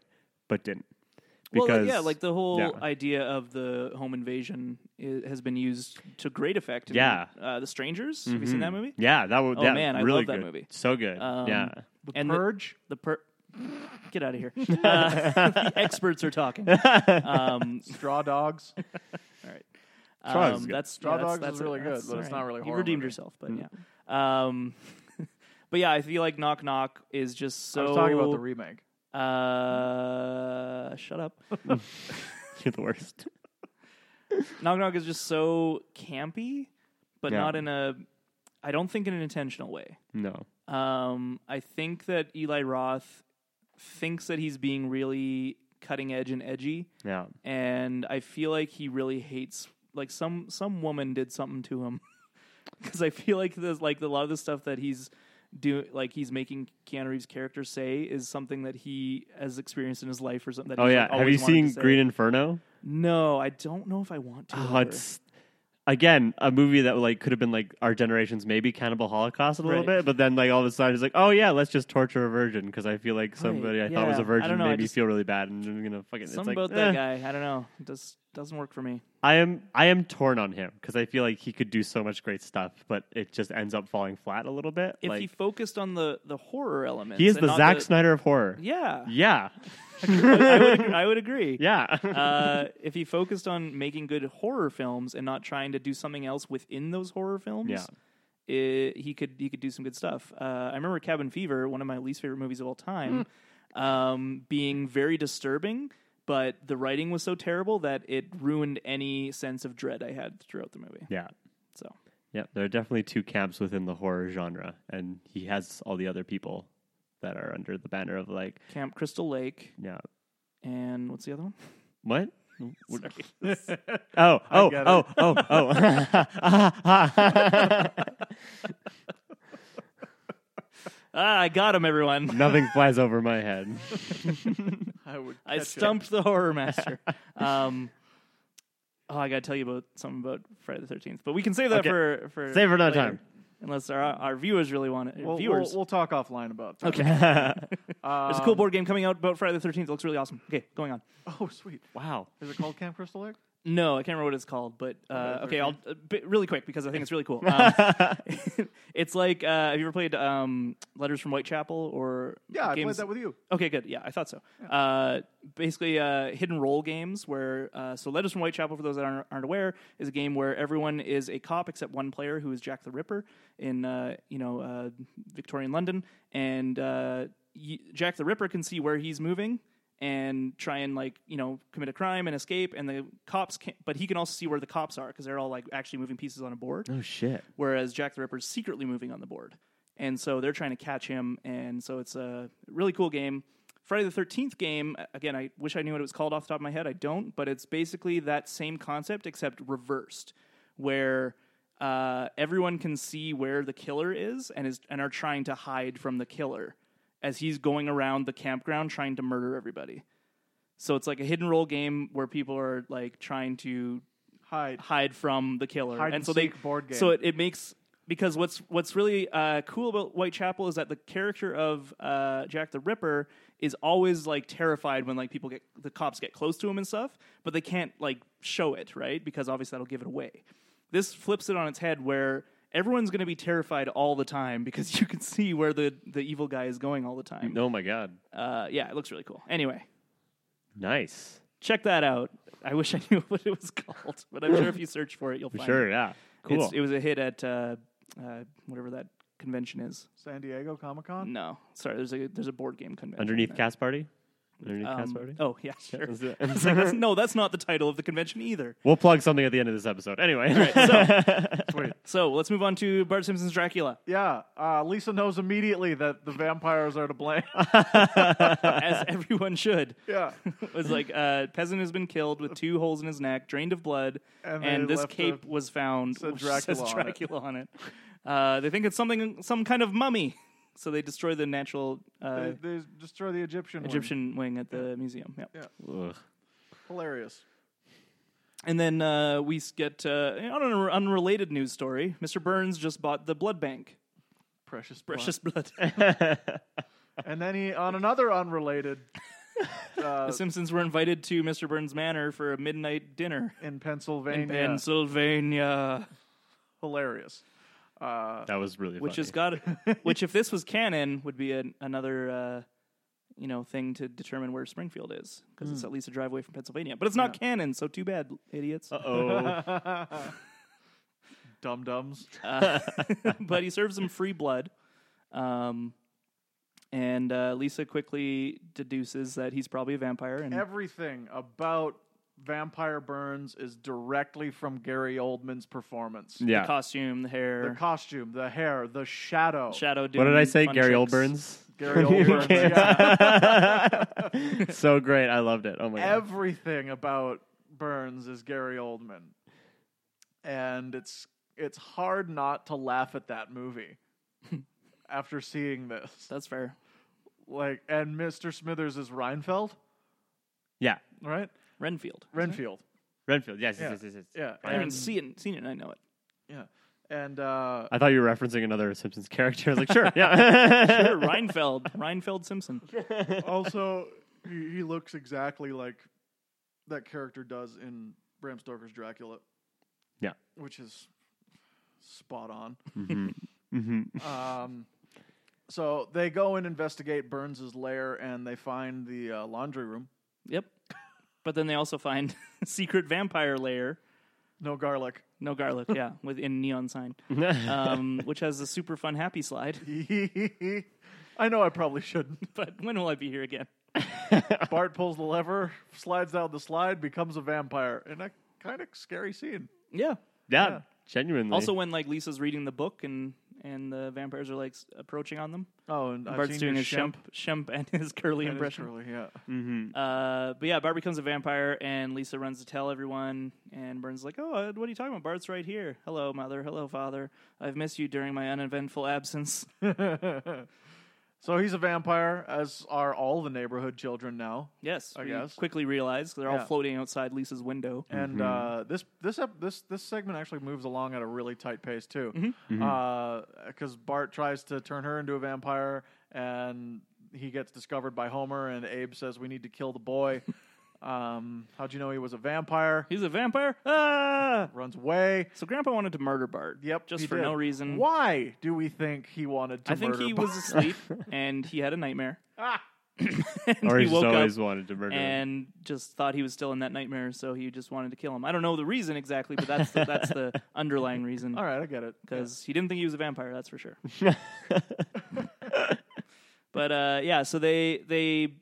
[SPEAKER 3] but didn't. Because
[SPEAKER 1] well, like, yeah, like the whole
[SPEAKER 3] yeah.
[SPEAKER 1] idea of the home invasion i has been used to great effect. In,
[SPEAKER 3] Yeah. Mm-hmm.
[SPEAKER 1] uh, the Strangers. Have you seen that movie?
[SPEAKER 3] yeah, that was
[SPEAKER 1] Oh,
[SPEAKER 3] yeah,
[SPEAKER 1] man, I
[SPEAKER 3] really
[SPEAKER 1] love that
[SPEAKER 3] good.
[SPEAKER 1] movie.
[SPEAKER 3] So good.
[SPEAKER 1] Um,
[SPEAKER 3] yeah,
[SPEAKER 2] The
[SPEAKER 1] and the-
[SPEAKER 2] Purge?
[SPEAKER 1] The per. Get out of here. Uh, the experts are talking. Um,
[SPEAKER 2] Straw Dogs.
[SPEAKER 1] all right.
[SPEAKER 3] Straw
[SPEAKER 1] Um,
[SPEAKER 3] Dogs is good.
[SPEAKER 1] that's
[SPEAKER 2] Straw
[SPEAKER 1] yeah, that's,
[SPEAKER 2] Dogs
[SPEAKER 1] that's
[SPEAKER 2] is really
[SPEAKER 1] it.
[SPEAKER 2] good,
[SPEAKER 1] That's
[SPEAKER 2] but
[SPEAKER 1] all
[SPEAKER 2] it's not really Mm. a
[SPEAKER 1] You
[SPEAKER 2] horror
[SPEAKER 1] redeemed
[SPEAKER 2] movie.
[SPEAKER 1] yourself, but yeah. Um, but yeah, I feel like Knock Knock is just so.
[SPEAKER 2] I was talking about the remake.
[SPEAKER 1] uh, shut up.
[SPEAKER 3] you're the worst.
[SPEAKER 1] Knock Knock is just so campy, but
[SPEAKER 3] Yeah.
[SPEAKER 1] not in a. I don't think in an intentional way.
[SPEAKER 3] No,
[SPEAKER 1] Um, I think that Eli Roth thinks that he's being really cutting edge and edgy,
[SPEAKER 3] yeah,
[SPEAKER 1] and I feel like he really hates. Like some some woman did something to him, because I feel like there's like a lot of the stuff that he's do like he's making Keanu Reeves' character say is something that he has experienced in his life or something. That
[SPEAKER 3] oh
[SPEAKER 1] he's,
[SPEAKER 3] yeah.
[SPEAKER 1] like,
[SPEAKER 3] Have you
[SPEAKER 1] always wanted to
[SPEAKER 3] seen
[SPEAKER 1] say.
[SPEAKER 3] Green Inferno?
[SPEAKER 1] No, I don't know if I want to.
[SPEAKER 3] Oh,
[SPEAKER 1] ever.
[SPEAKER 3] it's again a movie that like could have been like our generation's maybe Cannibal Holocaust a little
[SPEAKER 1] Right.
[SPEAKER 3] bit, but then like all of a sudden it's like, oh yeah, let's just torture a virgin because I feel like somebody I thought was
[SPEAKER 1] yeah.
[SPEAKER 3] a
[SPEAKER 1] I
[SPEAKER 3] virgin
[SPEAKER 1] don't know, I
[SPEAKER 3] made me
[SPEAKER 1] just-
[SPEAKER 3] feel really bad, and I'm gonna fucking. it's
[SPEAKER 1] Something
[SPEAKER 3] like,
[SPEAKER 1] about
[SPEAKER 3] eh.
[SPEAKER 1] that guy. I don't know. It just doesn't work for me.
[SPEAKER 3] I am I am torn on him because I feel like he could do so much great stuff, but it just ends up falling flat a little bit.
[SPEAKER 1] If
[SPEAKER 3] like
[SPEAKER 1] he focused on the the horror element,
[SPEAKER 3] he is the Zack Snyder of horror.
[SPEAKER 1] Yeah,
[SPEAKER 3] Yeah,
[SPEAKER 1] I would agree. I would agree.
[SPEAKER 3] yeah.
[SPEAKER 1] Uh, if he focused on making good horror films and not trying to do something else within those horror films,
[SPEAKER 3] Yeah.
[SPEAKER 1] i- he could he could do some good stuff. Uh, I remember Cabin Fever, one of my least favorite movies of all time, um, being very disturbing but the writing was so terrible that it ruined any sense of dread I had throughout the movie.
[SPEAKER 3] Yeah.
[SPEAKER 1] So
[SPEAKER 3] Yeah. There are definitely two camps within the horror genre, and he has all the other people that are under the banner of like,
[SPEAKER 1] Camp Crystal Lake
[SPEAKER 3] yeah.
[SPEAKER 1] and what's the other one?
[SPEAKER 3] What?
[SPEAKER 1] Sorry.
[SPEAKER 3] Oh, oh,
[SPEAKER 2] get
[SPEAKER 3] oh, oh, oh.
[SPEAKER 1] ah, I got him, everyone.
[SPEAKER 3] Nothing flies over my head.
[SPEAKER 2] I would.
[SPEAKER 1] I
[SPEAKER 2] catch it.
[SPEAKER 1] stumped the horror master. um, oh, I gotta tell you about something about Friday the Thirteenth, but we can save that
[SPEAKER 3] Okay.
[SPEAKER 1] for for
[SPEAKER 3] Save it for another
[SPEAKER 1] later,
[SPEAKER 3] time.
[SPEAKER 1] Unless our our viewers really want it.
[SPEAKER 2] We'll,
[SPEAKER 1] viewers,
[SPEAKER 2] We'll, we'll Um, talk offline about that.
[SPEAKER 1] okay. There's a cool board game coming out about Friday the Thirteenth. Looks really awesome. Okay, going on.
[SPEAKER 2] Oh, sweet.
[SPEAKER 3] Wow.
[SPEAKER 2] Is it called Camp Crystal Lake?
[SPEAKER 1] No, I can't remember what it's called, but uh,
[SPEAKER 2] Okay,
[SPEAKER 1] okay, I'll uh, b- really quick because I think it's really cool.
[SPEAKER 3] Oh,
[SPEAKER 1] Um, it's like uh, have you ever played um, Letters from Whitechapel or
[SPEAKER 2] Yeah, I played
[SPEAKER 1] games-
[SPEAKER 2] that with you.
[SPEAKER 1] Okay, good. Yeah, I thought so. Uh, basically, uh, hidden role games where uh, so Letters from Whitechapel, for those that aren't, aren't aware, is a game where everyone is a cop except one player who is Jack the Ripper in uh, you know uh, Victorian London, and uh, y- Jack the Ripper can see where he's moving and try and like you know commit a crime and escape, and the cops can but he can also see where the cops are because they're all like actually moving pieces on a board
[SPEAKER 3] Oh shit.
[SPEAKER 1] whereas Jack the Ripper's secretly moving on the board. And so they're trying to catch him, and so it's a really cool game. Friday the Thirteenth game again. I wish I knew what it was called off the top of my head. I don't, but it's basically that same concept except reversed, where uh, everyone can see where the killer is and is and are trying to hide from the killer as he's going around the campground trying to murder everybody. So it's like a hidden role game where people are like trying to
[SPEAKER 2] Hide.
[SPEAKER 1] hide from the killer.
[SPEAKER 2] Hide
[SPEAKER 1] and
[SPEAKER 2] and
[SPEAKER 1] so they
[SPEAKER 2] seek board game.
[SPEAKER 1] so it, it makes because what's what's really uh, cool about Whitechapel is that the character of uh, Jack the Ripper is always like terrified when like people get the cops get close to him and stuff, but they can't like show it right because obviously that'll give it away. This flips it on its head where everyone's going to be terrified all the time because you can see where the the evil guy is going all the time.
[SPEAKER 3] Oh my god.
[SPEAKER 1] Uh, yeah, it looks really cool. Anyway,
[SPEAKER 3] Nice.
[SPEAKER 1] check that out. I wish I knew what it was called, but I'm sure if you search for it, you'll find it.
[SPEAKER 3] Sure. Yeah. Cool.
[SPEAKER 1] It's, it was a hit at uh, uh, whatever that convention is.
[SPEAKER 2] San Diego Comic Con.
[SPEAKER 1] No, sorry. There's a there's a board game convention.
[SPEAKER 3] Underneath cast party. Underneath
[SPEAKER 1] Um,
[SPEAKER 3] cast party.
[SPEAKER 1] Oh yeah, sure.
[SPEAKER 3] Is it-
[SPEAKER 1] It's like, that's- no, that's not the title of the convention either.
[SPEAKER 3] We'll plug something at the end of this episode. Anyway.
[SPEAKER 1] So,
[SPEAKER 2] Sweet.
[SPEAKER 1] so let's move on to Bart Simpson's Dracula.
[SPEAKER 2] Yeah. Uh, Lisa knows immediately that the vampires are to blame.
[SPEAKER 1] as everyone should.
[SPEAKER 2] yeah.
[SPEAKER 1] It was like uh, peasant has been killed with two holes in his neck, drained of blood,
[SPEAKER 2] And
[SPEAKER 1] and,
[SPEAKER 2] they
[SPEAKER 1] this
[SPEAKER 2] left a-
[SPEAKER 1] cape was found
[SPEAKER 2] said
[SPEAKER 1] which
[SPEAKER 2] Dracula
[SPEAKER 1] says
[SPEAKER 2] on it.
[SPEAKER 1] Dracula on it. Uh, they think it's something, some kind of mummy, so they destroy the natural uh,
[SPEAKER 2] They, they destroy the Egyptian. one.
[SPEAKER 1] Egyptian wing at the museum. Yep.
[SPEAKER 2] Yeah.
[SPEAKER 3] Ugh.
[SPEAKER 2] Hilarious.
[SPEAKER 1] And then uh, we s- get uh, on an unrelated news story. Mr. Burns just bought the blood bank.
[SPEAKER 2] Precious. blood.
[SPEAKER 1] Precious blood.
[SPEAKER 2] And then he on another unrelated. Uh,
[SPEAKER 1] the Simpsons were invited to Mr. Burns' manor for a midnight dinner
[SPEAKER 2] in Pennsylvania.
[SPEAKER 1] in Pennsylvania,
[SPEAKER 2] Hilarious. Uh,
[SPEAKER 3] That was really
[SPEAKER 1] which
[SPEAKER 3] funny.
[SPEAKER 1] has got, which if this was canon, would be an, another, uh, you know, thing to determine where Springfield is because it's at least a drive away from Pennsylvania. But it's not canon, so too bad, idiots.
[SPEAKER 3] Oh.
[SPEAKER 2] Dum dums.
[SPEAKER 1] Uh, but he serves him free blood. Um, and uh, Lisa quickly deduces that he's probably a vampire. And
[SPEAKER 2] Everything about Vampire Burns is directly from Gary Oldman's performance.
[SPEAKER 1] the
[SPEAKER 3] Yeah.
[SPEAKER 1] costume, the
[SPEAKER 2] The
[SPEAKER 1] hair,
[SPEAKER 2] costume, the hair, the shadow.
[SPEAKER 1] shadow.
[SPEAKER 3] What did
[SPEAKER 1] doing
[SPEAKER 3] I say?
[SPEAKER 1] fun
[SPEAKER 3] Gary
[SPEAKER 1] tricks.
[SPEAKER 3] Oldburns.
[SPEAKER 2] Gary Oldburns. yeah.
[SPEAKER 3] so great. I loved it. Oh my god.
[SPEAKER 2] Everything about Burns is Gary Oldman. And it's it's hard not to laugh at that movie after seeing this.
[SPEAKER 1] That's fair.
[SPEAKER 2] Like and Mr. Smithers is Reinfeld,
[SPEAKER 3] Yeah.
[SPEAKER 2] right?
[SPEAKER 1] Renfield.
[SPEAKER 2] Renfield.
[SPEAKER 3] Renfield. Yes,
[SPEAKER 2] Yeah.
[SPEAKER 3] yes, yes, yes. yes.
[SPEAKER 2] Yeah.
[SPEAKER 1] I haven't
[SPEAKER 2] And,
[SPEAKER 1] seen it, seen it. I know it.
[SPEAKER 2] yeah. And uh
[SPEAKER 3] I thought you were referencing another Simpsons character. I was like, sure, yeah.
[SPEAKER 1] Sure, Reinfeld. Reinfeld Simpson.
[SPEAKER 2] also, he, he looks exactly like that character does in Bram Stoker's Dracula.
[SPEAKER 3] Yeah.
[SPEAKER 2] Which is spot on.
[SPEAKER 1] Mm-hmm.
[SPEAKER 3] hmm
[SPEAKER 2] um, so they go and investigate Burns's lair and they find the uh, laundry room.
[SPEAKER 1] Yep. But then they also find secret vampire lair.
[SPEAKER 2] No garlic.
[SPEAKER 1] No garlic. Yeah, with in neon sign, um, which has a super fun happy slide.
[SPEAKER 2] I know I probably shouldn't.
[SPEAKER 1] But when will I be here again?
[SPEAKER 2] Bart pulls the lever, slides down the slide, becomes a vampire, and a kind of scary scene.
[SPEAKER 1] Yeah.
[SPEAKER 3] Yeah,
[SPEAKER 2] Yeah.
[SPEAKER 3] genuinely.
[SPEAKER 1] Also, when like Lisa's reading the book and and the vampires are like s- approaching on them,
[SPEAKER 2] Oh, and I've
[SPEAKER 1] Bart's
[SPEAKER 2] seen
[SPEAKER 1] doing
[SPEAKER 2] your
[SPEAKER 1] his shemp shemp and his curly
[SPEAKER 2] and his
[SPEAKER 1] impression.
[SPEAKER 2] curly, yeah.
[SPEAKER 1] Uh, but yeah, Bart becomes a vampire, and Lisa runs to tell everyone. And Burns is like, "Oh, uh, what are you talking about? Bart's right here. Hello, mother. Hello, father. I've missed you during my uneventful absence."
[SPEAKER 2] So he's a vampire, as are all the neighborhood children now.
[SPEAKER 1] Yes,
[SPEAKER 2] I
[SPEAKER 1] we
[SPEAKER 2] guess.
[SPEAKER 1] quickly realize 'cause they're
[SPEAKER 2] Yeah.
[SPEAKER 1] all floating outside Lisa's window.
[SPEAKER 2] And uh, this this ep- this this segment actually moves along at a really tight pace too, because
[SPEAKER 1] Mm-hmm.
[SPEAKER 2] Bart tries to turn her into a vampire, and he gets discovered by Homer, and Abe says, "We need to kill the boy." um, how'd you know he was a vampire?
[SPEAKER 1] He's a vampire. Ah!
[SPEAKER 2] Runs away.
[SPEAKER 1] So Grandpa wanted to murder Bart.
[SPEAKER 2] Yep,
[SPEAKER 1] just
[SPEAKER 2] he
[SPEAKER 1] for
[SPEAKER 2] did.
[SPEAKER 1] no reason.
[SPEAKER 2] Why do we think he wanted to?
[SPEAKER 1] I think
[SPEAKER 2] murder
[SPEAKER 1] he
[SPEAKER 2] Bart?
[SPEAKER 1] was asleep and he had a nightmare.
[SPEAKER 2] Ah!
[SPEAKER 1] and
[SPEAKER 3] or
[SPEAKER 1] he
[SPEAKER 3] he just
[SPEAKER 1] woke up
[SPEAKER 3] always wanted to murder. him.
[SPEAKER 1] and just thought he was still in that nightmare, so he just wanted to kill him. I don't know the reason exactly, but that's the, that's the underlying reason.
[SPEAKER 2] All right, I get it.
[SPEAKER 1] because he didn't think he was a vampire. That's for sure. but uh, yeah, so they they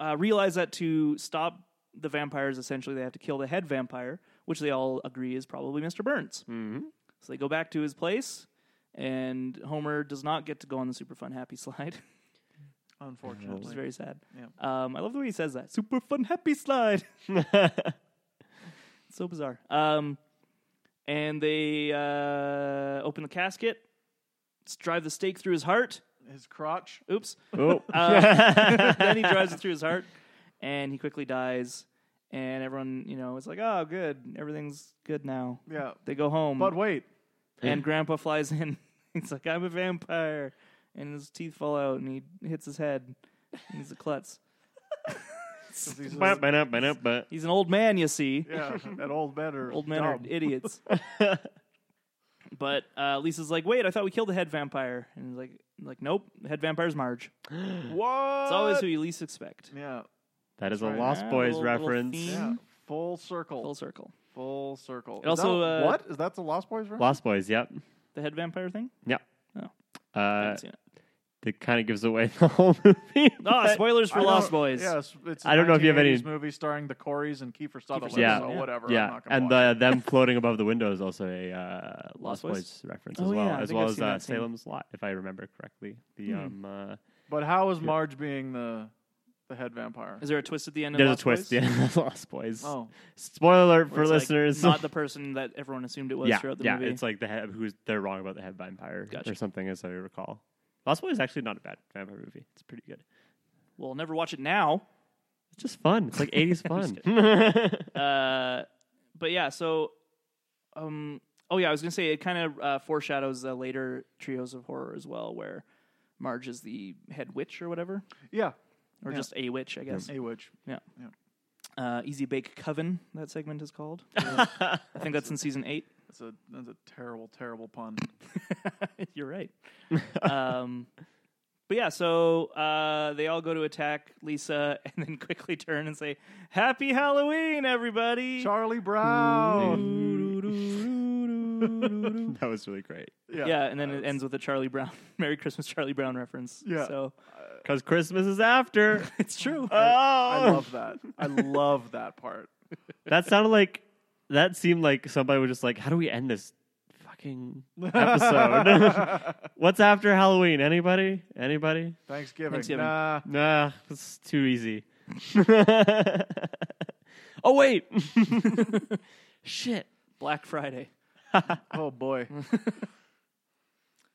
[SPEAKER 1] uh, realize that to stop the vampires, essentially, they have to kill the head vampire, which they all agree is probably Mister Burns. Mm-hmm. So they go back to his place, and Homer does not get to go on the super fun happy slide, which is
[SPEAKER 2] Unfortunately,
[SPEAKER 1] very sad. Um, I love the way he says that super fun happy slide. so bizarre. Um, and they uh, open the casket, s- drive the stake through his heart.
[SPEAKER 2] his crotch.
[SPEAKER 1] Oops.
[SPEAKER 3] oh,
[SPEAKER 1] Uh, then he drives it through his heart, and he quickly dies. And everyone, you know, is like, "Oh, good, everything's good now."
[SPEAKER 2] Yeah,
[SPEAKER 1] They go home,
[SPEAKER 2] but wait,
[SPEAKER 1] and Grandpa flies in. He's like, "I'm a vampire," and his teeth fall out, and he hits his head. He's a klutz.
[SPEAKER 2] 'cause he's
[SPEAKER 3] Ba-
[SPEAKER 2] a-
[SPEAKER 3] ba- na- ba- na- ba.
[SPEAKER 1] He's an old man, you see.
[SPEAKER 2] yeah, that old men are
[SPEAKER 1] Old men are
[SPEAKER 2] dumb.
[SPEAKER 1] idiots. but uh, Lisa's like, wait, I thought we killed the head vampire. And he's like, like, nope, the head vampire's Marge.
[SPEAKER 2] What?
[SPEAKER 1] It's always who you least expect.
[SPEAKER 2] yeah,
[SPEAKER 3] that is a
[SPEAKER 2] right.
[SPEAKER 3] Lost
[SPEAKER 1] Yeah,
[SPEAKER 3] Boys
[SPEAKER 1] little- little
[SPEAKER 3] reference.
[SPEAKER 1] theme.
[SPEAKER 2] yeah. Full circle.
[SPEAKER 1] Full circle.
[SPEAKER 2] Full circle.
[SPEAKER 1] It also,
[SPEAKER 2] Is that-
[SPEAKER 1] uh,
[SPEAKER 2] what is that? The Lost Boys reference?
[SPEAKER 3] Lost Boys, yep,
[SPEAKER 1] The head vampire thing?
[SPEAKER 3] yep.
[SPEAKER 1] Oh.
[SPEAKER 3] Uh,
[SPEAKER 1] Haven't seen it.
[SPEAKER 3] that kind of gives away the whole movie.
[SPEAKER 1] Ah, spoilers for
[SPEAKER 2] I
[SPEAKER 1] Lost
[SPEAKER 2] don't-
[SPEAKER 1] Boys.
[SPEAKER 2] Yes, it's.
[SPEAKER 3] I don't know if you have any-
[SPEAKER 2] 1980s movie starring the Coreys and Kiefer Sutherland.
[SPEAKER 3] Sutherland,
[SPEAKER 2] so
[SPEAKER 1] yeah.
[SPEAKER 2] whatever. I'm
[SPEAKER 3] yeah,
[SPEAKER 2] not gonna
[SPEAKER 3] and
[SPEAKER 2] watch
[SPEAKER 3] the, them floating above the window is also a uh, Lost
[SPEAKER 1] Boys?
[SPEAKER 3] Boys, reference
[SPEAKER 1] Oh,
[SPEAKER 3] as well,
[SPEAKER 1] yeah, I
[SPEAKER 3] as
[SPEAKER 1] think
[SPEAKER 3] well
[SPEAKER 1] I've
[SPEAKER 3] as
[SPEAKER 1] seen
[SPEAKER 3] uh,
[SPEAKER 1] that scene. Hmm.
[SPEAKER 3] Salem's Lot, if I remember correctly. The um, uh,
[SPEAKER 2] it. But how is Marge being the the head vampire?
[SPEAKER 1] Is there a twist at the end of
[SPEAKER 3] there's
[SPEAKER 1] Lost
[SPEAKER 3] a twist.
[SPEAKER 1] Boys?
[SPEAKER 3] Yeah, Lost Boys.
[SPEAKER 2] Oh,
[SPEAKER 3] Spoiler alert
[SPEAKER 1] Where
[SPEAKER 3] for
[SPEAKER 1] it's, like,
[SPEAKER 3] listeners.
[SPEAKER 1] not the person that everyone assumed it was
[SPEAKER 3] yeah,
[SPEAKER 1] throughout the
[SPEAKER 3] yeah,
[SPEAKER 1] movie.
[SPEAKER 3] it's like the head, who's they're wrong about the head vampire
[SPEAKER 1] Gotcha.
[SPEAKER 3] or something, as I recall. Lost Boys is actually not a bad vampire movie. It's pretty good.
[SPEAKER 1] we'll never watch it now.
[SPEAKER 3] It's just fun. It's like 80s fun.
[SPEAKER 1] Uh, but yeah, so um, oh yeah, I was gonna say it kind of uh, foreshadows the later trios of horror as well, where Marge is the head witch or whatever,
[SPEAKER 2] yeah,
[SPEAKER 1] or
[SPEAKER 2] Yeah.
[SPEAKER 1] just a witch, I guess.
[SPEAKER 2] a witch.
[SPEAKER 1] Uh, Easy Bake Coven, that segment is called. I think that's in season eight.
[SPEAKER 2] That's a that's a terrible, terrible pun.
[SPEAKER 1] You're right. um, but yeah, so uh, they all go to attack Lisa, and then quickly turn and say, "Happy Halloween, everybody!"
[SPEAKER 2] Charlie Brown.
[SPEAKER 3] that was really great.
[SPEAKER 2] Yeah,
[SPEAKER 1] Mm. yeah, and then it ends with a Charlie Brown, Merry Christmas, Charlie Brown reference.
[SPEAKER 2] Yeah.
[SPEAKER 1] so
[SPEAKER 3] Because Christmas is after.
[SPEAKER 1] it's true.
[SPEAKER 2] I
[SPEAKER 3] oh,
[SPEAKER 2] love that. I love that part.
[SPEAKER 3] that sounded like that seemed like somebody was just like, "How do we end this fucking episode? What's after Halloween? Anybody? Anybody?
[SPEAKER 2] Thanksgiving.
[SPEAKER 1] Thanksgiving.
[SPEAKER 2] Nah.
[SPEAKER 3] Nah, it's too easy." oh wait, shit.
[SPEAKER 1] Black Friday.
[SPEAKER 2] Oh boy.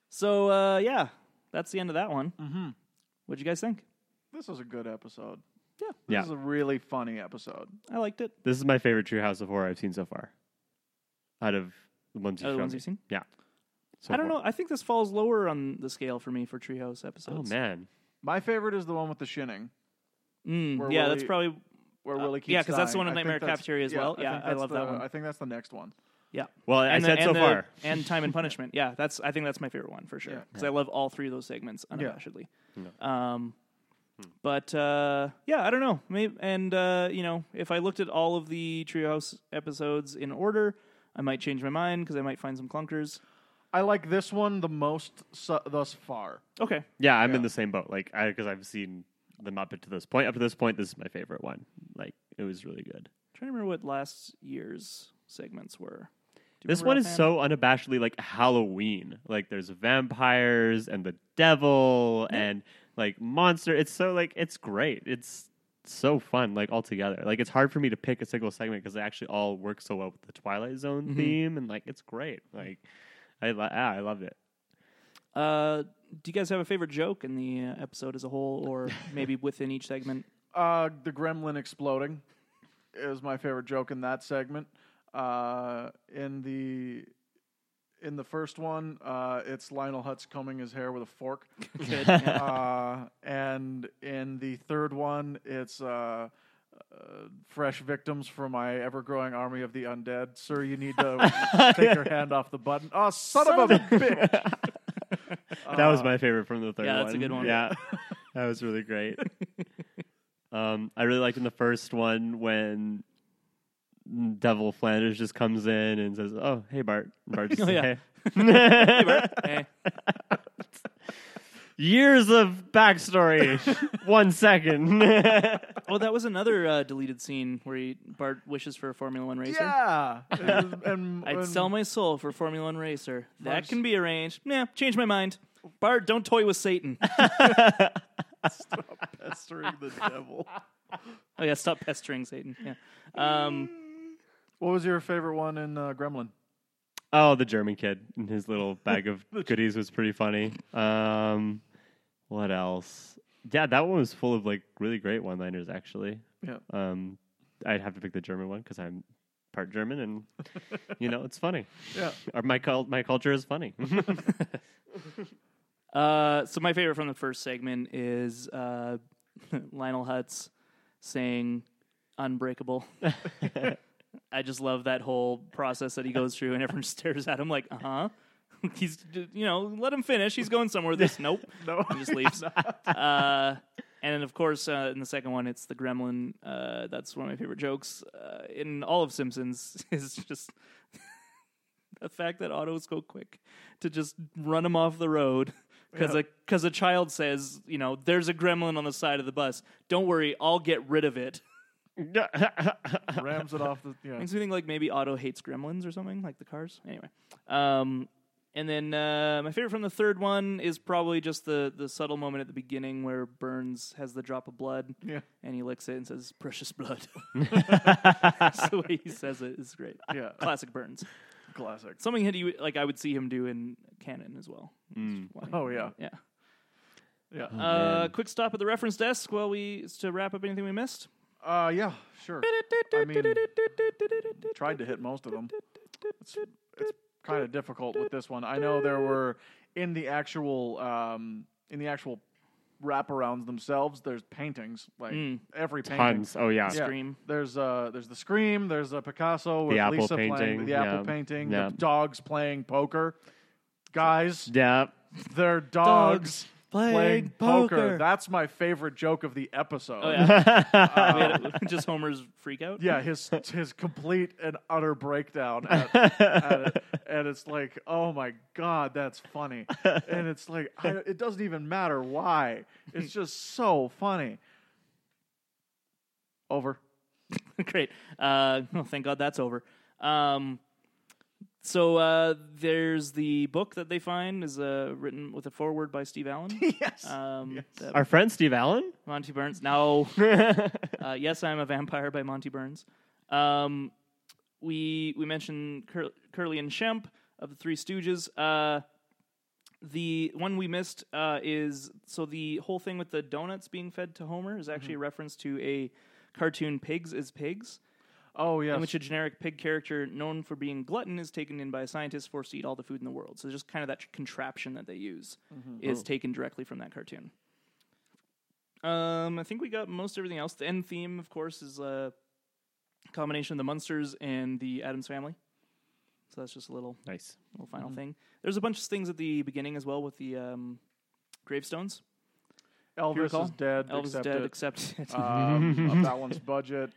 [SPEAKER 1] So uh, yeah, that's the end of that one. Mm-hmm. What'd you guys think?
[SPEAKER 2] this was a good episode.
[SPEAKER 1] Yeah,
[SPEAKER 2] This
[SPEAKER 3] Yeah.
[SPEAKER 2] is a really funny episode.
[SPEAKER 1] I liked it.
[SPEAKER 3] This is my favorite True House of Horror I've seen so far. Out of the ones
[SPEAKER 1] Out
[SPEAKER 3] you've
[SPEAKER 1] of the
[SPEAKER 3] shown
[SPEAKER 1] ones
[SPEAKER 3] me.
[SPEAKER 1] you've seen?
[SPEAKER 3] yeah. So
[SPEAKER 1] I don't
[SPEAKER 3] far.
[SPEAKER 1] know. I think this falls lower on the scale for me for Treehouse episodes.
[SPEAKER 3] Oh man,
[SPEAKER 2] My favorite is the one with the shinning,
[SPEAKER 1] Mm,
[SPEAKER 2] Where
[SPEAKER 1] yeah,
[SPEAKER 2] Willy-
[SPEAKER 1] that's probably
[SPEAKER 2] where
[SPEAKER 1] Uh,
[SPEAKER 2] Willie keeps.
[SPEAKER 1] yeah, 'cause that's the one
[SPEAKER 2] dying.
[SPEAKER 1] in
[SPEAKER 2] I think
[SPEAKER 1] Nightmare
[SPEAKER 2] that's-
[SPEAKER 1] Cafeteria as well. Yeah,
[SPEAKER 2] think
[SPEAKER 1] I
[SPEAKER 2] that's
[SPEAKER 1] love that
[SPEAKER 2] the-
[SPEAKER 1] one.
[SPEAKER 2] I think that's the next one.
[SPEAKER 1] yeah.
[SPEAKER 3] Well,
[SPEAKER 1] and
[SPEAKER 3] I said
[SPEAKER 1] the,
[SPEAKER 3] so
[SPEAKER 1] and the-
[SPEAKER 3] far.
[SPEAKER 1] and Time and Punishment. Yeah, that's. I think that's my favorite one for sure
[SPEAKER 2] Yeah.
[SPEAKER 1] because I love all three of those segments unabashedly. Um,
[SPEAKER 3] Hmm.
[SPEAKER 1] but uh, yeah, I don't know. Maybe and uh, you know, if I looked at all of the Treehouse episodes in order, I might change my mind because I might find some clunkers.
[SPEAKER 2] I like this one the most su- thus far.
[SPEAKER 1] Okay,
[SPEAKER 3] Yeah, I'm
[SPEAKER 2] Yeah.
[SPEAKER 3] in the same boat. Like, I because I've seen them up to this point. Up to this point, this is my favorite one. Like it was really good.
[SPEAKER 1] trying to remember what last year's segments were. Do you
[SPEAKER 3] This
[SPEAKER 1] remember
[SPEAKER 3] one is
[SPEAKER 1] offhand?
[SPEAKER 3] so unabashedly like Halloween. Like there's vampires and the devil and like monster. It's so like it's great. It's so fun like all together. Like it's hard for me to pick a single segment because they actually all work so well with the Twilight Zone
[SPEAKER 1] Mm-hmm.
[SPEAKER 3] theme and like it's great. Like I lo- ah, I loved it.
[SPEAKER 1] Uh, do you guys have a favorite joke in the uh, episode as a whole, or maybe within each segment?
[SPEAKER 2] Uh, the gremlin exploding is my favorite joke in that segment. Uh, in the in the first one, uh, it's Lionel Hutz combing his hair with a fork.
[SPEAKER 1] Good, yeah.
[SPEAKER 2] uh, and in the third one, it's uh, uh, fresh victims for my ever-growing army of the undead. Sir, you need to take your hand off the button. Oh, son, of a bitch!
[SPEAKER 3] that was my favorite from the third
[SPEAKER 1] Uh, Yeah,
[SPEAKER 3] one.
[SPEAKER 1] that's a good one.
[SPEAKER 3] Yeah, that was really great. um, I really liked in the first one when Devil Flanders just comes in and says, "Oh, hey Bart." And Bart's just
[SPEAKER 1] Oh,
[SPEAKER 3] like,
[SPEAKER 1] yeah.
[SPEAKER 3] hey.
[SPEAKER 1] Eh.
[SPEAKER 3] Years of backstory. one second.
[SPEAKER 1] Oh, that was another uh, deleted scene where he, Bart wishes for a Formula One racer.
[SPEAKER 2] Yeah, Um, and, and-
[SPEAKER 1] I'd
[SPEAKER 2] and-
[SPEAKER 1] sell my soul for Formula One racer. That
[SPEAKER 2] First-
[SPEAKER 1] can be arranged. Nah, change my mind. Bart, don't toy with Satan.
[SPEAKER 2] Stop pestering the devil.
[SPEAKER 1] oh yeah, stop pestering Satan. Yeah. Um,
[SPEAKER 2] What was your favorite one in uh, Gremlin?
[SPEAKER 3] oh, the German kid and his little bag of goodies was pretty funny. Um, what else? Yeah, that one was full of like really great one-liners actually.
[SPEAKER 2] Yeah.
[SPEAKER 3] um, I'd have to pick the German one because I'm part German, and you know it's funny.
[SPEAKER 2] Yeah.
[SPEAKER 3] Or my cul- my culture is funny.
[SPEAKER 1] Uh, so my favorite from the first segment is uh, Lionel Hutz saying "Unbreakable." I just love that whole process that he goes through, and everyone stares at him like, "Uh huh." He's, you know, let him finish. He's going somewhere. with This, nope,
[SPEAKER 2] No.
[SPEAKER 1] he just leaves. uh, and then, of course, uh, in the second one, it's the Gremlin. Uh, that's one of my favorite jokes uh, in all of Simpsons. Is just the fact that autos go quick to just run him off the road because a because a child says, you know, there's a gremlin on the side of the bus. Don't worry, I'll get rid of it.
[SPEAKER 2] Rams it off the yeah.
[SPEAKER 1] Makes me think like maybe Otto hates gremlins or something, like the cars. Anyway, um, and then uh, my favorite from the third one is probably just the the subtle moment at the beginning where Burns has the drop of blood,
[SPEAKER 2] Yeah.
[SPEAKER 1] and he licks it and says "precious blood." That's the way he says it is great.
[SPEAKER 2] Yeah.
[SPEAKER 1] Classic Burns.
[SPEAKER 2] Classic.
[SPEAKER 1] Something that he like I would see him do in canon as well. That's why-
[SPEAKER 2] Oh yeah.
[SPEAKER 1] yeah.
[SPEAKER 2] Yeah.
[SPEAKER 1] Uh,
[SPEAKER 3] man.
[SPEAKER 1] quick stop at the reference desk while we to wrap up anything we missed.
[SPEAKER 2] Uh, yeah, sure. I mean, tried to hit most of them. It's, it's kind of difficult with this one. I know there were in the actual um, in the actual wraparounds themselves. There's paintings like
[SPEAKER 1] Mm.
[SPEAKER 2] every painting.
[SPEAKER 3] Tons. Oh yeah.
[SPEAKER 2] Yeah.
[SPEAKER 1] Scream.
[SPEAKER 2] There's uh there's the scream. There's a Picasso with
[SPEAKER 3] The apple
[SPEAKER 2] Lisa
[SPEAKER 3] painting,
[SPEAKER 2] playing the
[SPEAKER 3] yeah.
[SPEAKER 2] apple painting.
[SPEAKER 3] Yeah.
[SPEAKER 2] The dogs playing poker. Guys,
[SPEAKER 3] Yeah.
[SPEAKER 2] they're dogs,
[SPEAKER 1] playing poker.
[SPEAKER 2] That's my favorite joke of the episode.
[SPEAKER 1] Oh yeah. We had a- just Homer's freak out.
[SPEAKER 2] uh, Yeah, his his complete and utter breakdown, at, at it. and it's like, oh my god, that's funny, and it's like, I, it doesn't even matter why, it's just so funny. Over.
[SPEAKER 1] Great. Uh, well, thank God that's over. Um, so uh, there's the book that they find is uh, written with a foreword by Steve Allen.
[SPEAKER 2] Yes.
[SPEAKER 1] Um, that
[SPEAKER 3] Our friend Steve Allen.
[SPEAKER 1] Monty Burns. No. uh, yes, I'm a vampire by Monty Burns. Um, we we mentioned Cur- Curly and Shemp of the Three Stooges. Uh, the one we missed uh, is so the whole thing with the donuts being fed to Homer is actually a reference to a cartoon Pigs is Pigs
[SPEAKER 2] oh yes.
[SPEAKER 1] in which a generic pig character known for being glutton is taken in by a scientist forced to eat all the food in the world. So just kind of that contraption that they use
[SPEAKER 2] Mm-hmm. Oh.
[SPEAKER 1] is taken directly from that cartoon. Um, I think we got most everything else. The end theme, of course, is a combination of the Munsters and the Adams family. So that's just a little
[SPEAKER 3] Nice.
[SPEAKER 1] little final
[SPEAKER 2] Mm-hmm.
[SPEAKER 1] thing. There's a bunch of things at the beginning as well with the um, gravestones. you
[SPEAKER 2] Elvis
[SPEAKER 1] recall?
[SPEAKER 2] is dead.
[SPEAKER 1] Elvis is
[SPEAKER 2] accept
[SPEAKER 1] dead,
[SPEAKER 2] it.
[SPEAKER 1] except it.
[SPEAKER 2] um, a balanced budget.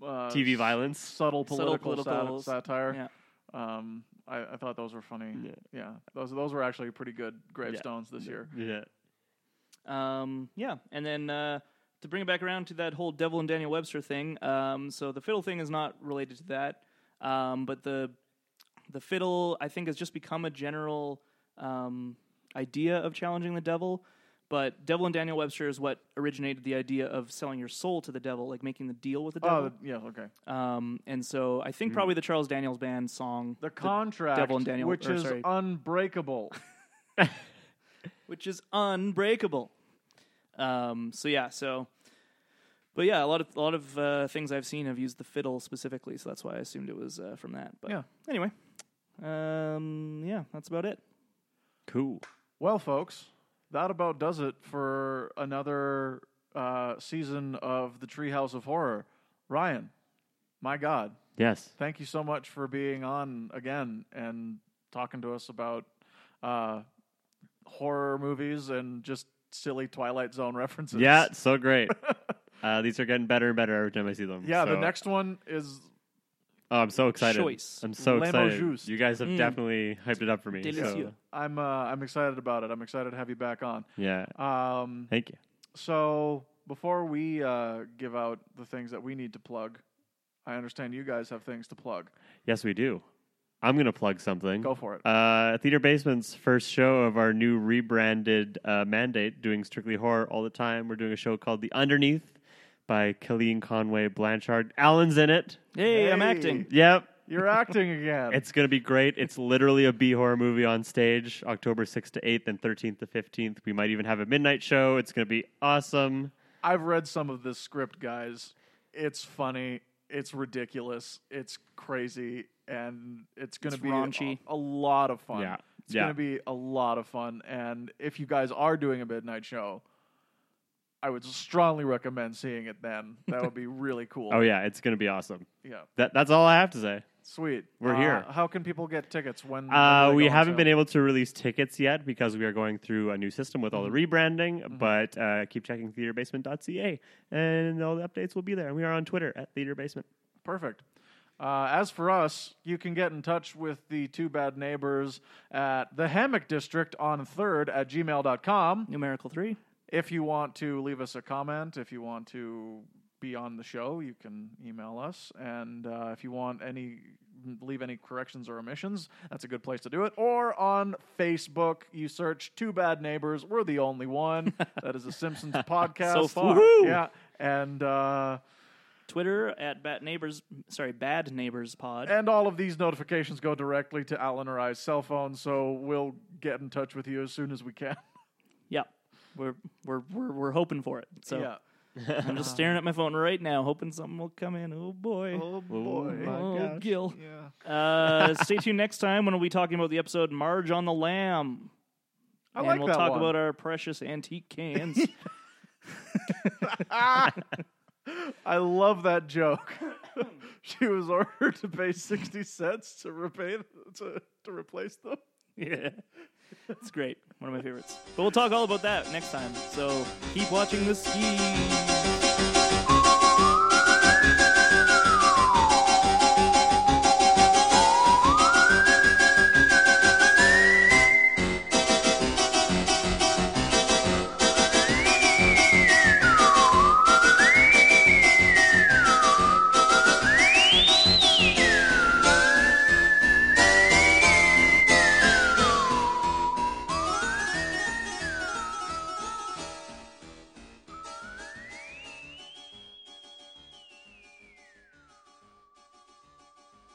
[SPEAKER 2] Uh,
[SPEAKER 3] TV violence.
[SPEAKER 2] Subtle
[SPEAKER 1] Subtle
[SPEAKER 2] political, sat-
[SPEAKER 1] politicals.
[SPEAKER 2] satire.
[SPEAKER 1] yeah.
[SPEAKER 2] Um, I, I thought those were funny. Yeah. Those those were actually pretty good gravestones this year.
[SPEAKER 3] Yeah.
[SPEAKER 1] Um, yeah, and then uh, to bring it back around to that whole Devil and Daniel Webster thing. Um, so the fiddle thing is not related to that, um, but the the fiddle I think has just become a general um, idea of challenging the devil. But Devil and Daniel Webster is what originated the idea of selling your soul to the devil, like making the deal with the devil.
[SPEAKER 2] Oh, yeah, okay.
[SPEAKER 1] Um, and so I think probably the Charles Daniels Band song,
[SPEAKER 2] The contract,
[SPEAKER 1] Devil and Daniel-
[SPEAKER 2] which
[SPEAKER 1] or,
[SPEAKER 2] is
[SPEAKER 1] sorry.
[SPEAKER 2] unbreakable.
[SPEAKER 1] which is unbreakable. Um, so yeah, so but yeah, a lot of a lot of uh, things I've seen have used the fiddle specifically, so that's why I assumed it was uh, from that. But
[SPEAKER 2] Yeah.
[SPEAKER 1] anyway, um, yeah, that's about it.
[SPEAKER 3] Cool.
[SPEAKER 2] well, folks, that about does it for another uh, season of the Treehouse of Horror. Ryan, my God,
[SPEAKER 3] Yes.
[SPEAKER 2] thank you so much for being on again and talking to us about uh, horror movies and just silly Twilight Zone references.
[SPEAKER 3] Yeah, it's so great. uh, these are getting better and better every time I see them.
[SPEAKER 2] Yeah, the
[SPEAKER 3] so-
[SPEAKER 2] next one is
[SPEAKER 3] Oh, I'm so excited.
[SPEAKER 1] Choice.
[SPEAKER 3] I'm so
[SPEAKER 2] Lemo
[SPEAKER 3] excited.
[SPEAKER 2] juice.
[SPEAKER 3] You guys have
[SPEAKER 1] Mm.
[SPEAKER 3] definitely hyped it up for me. so-
[SPEAKER 1] Delicious.
[SPEAKER 2] I'm uh, I'm excited about it. I'm excited to have you back on.
[SPEAKER 3] yeah.
[SPEAKER 2] Um,
[SPEAKER 3] Thank you.
[SPEAKER 2] So before we uh, give out the things that we need to plug, I understand you guys have things to plug.
[SPEAKER 3] Yes, we do. I'm going to plug something.
[SPEAKER 2] Go for it.
[SPEAKER 3] Uh, Theater Basement's first show of our new rebranded uh, mandate, doing strictly horror all the time. We're doing a show called The Underneath by Colleen Conway Blanchard. Alan's in it.
[SPEAKER 1] Hey, I'm
[SPEAKER 2] Hey.
[SPEAKER 1] acting.
[SPEAKER 3] Yep.
[SPEAKER 2] You're acting again.
[SPEAKER 3] It's going to be great. It's literally a B horror movie on stage, October 6th to 8th and 13th to 15th. We might even have a midnight show. It's going to be awesome.
[SPEAKER 2] I've read some of this script, guys. It's funny. It's ridiculous. It's crazy, and it's going to
[SPEAKER 1] It's
[SPEAKER 2] be a-
[SPEAKER 1] raunchy.
[SPEAKER 2] A, lot of fun.
[SPEAKER 3] Yeah.
[SPEAKER 2] It's
[SPEAKER 3] Yeah.
[SPEAKER 2] going to be a lot of fun. And if you guys are doing a midnight show, I would strongly recommend seeing it. Then that would be really cool.
[SPEAKER 3] Oh, yeah. It's going to be awesome.
[SPEAKER 2] yeah.
[SPEAKER 3] That, that's all I have to say.
[SPEAKER 2] Sweet.
[SPEAKER 3] We're
[SPEAKER 2] Uh,
[SPEAKER 3] here.
[SPEAKER 2] How can people get tickets when?
[SPEAKER 3] Uh, we haven't been able to release tickets yet because we are going through a new system with all the rebranding, but uh, keep checking theaterbasement.ca and all the updates will be there. And we are on Twitter at theaterbasement.
[SPEAKER 2] Perfect. Uh, as for us, you can get in touch with the two bad neighbors at the hammock district on third at gmail.com.
[SPEAKER 1] Numerical three.
[SPEAKER 2] If you want to leave us a comment, if you want to be on the show, you can email us. And uh, if you want any, leave any corrections or omissions, that's a good place to do it. Or on Facebook, you search Two Bad Neighbors. We're the only one. that is a Simpsons podcast.
[SPEAKER 1] So far. Woohoo!
[SPEAKER 2] Yeah. And, uh,
[SPEAKER 1] Twitter at Bad Neighbors, sorry, Bad Neighbors Pod.
[SPEAKER 2] And all of these notifications go directly to Alan or I's cell phone, so we'll get in touch with you as soon as we can.
[SPEAKER 1] yeah, we're we're we're we're hoping for it. So I'm just staring at my phone right now, hoping something will come in. Oh boy,
[SPEAKER 2] Oh boy.
[SPEAKER 3] my
[SPEAKER 1] Oh,
[SPEAKER 3] gosh.
[SPEAKER 1] Gil.
[SPEAKER 2] Yeah.
[SPEAKER 1] Uh, stay tuned next time when we'll be talking about the episode Marge on the Lamb.
[SPEAKER 2] I
[SPEAKER 1] and
[SPEAKER 2] like
[SPEAKER 1] we'll
[SPEAKER 2] that
[SPEAKER 1] talk
[SPEAKER 2] one.
[SPEAKER 1] about our precious antique cans.
[SPEAKER 2] I love that joke. she was ordered to pay sixty cents to repay to to replace them.
[SPEAKER 1] yeah. It's great. One of my favorites. But we'll talk all about that next time. So keep watching the ski.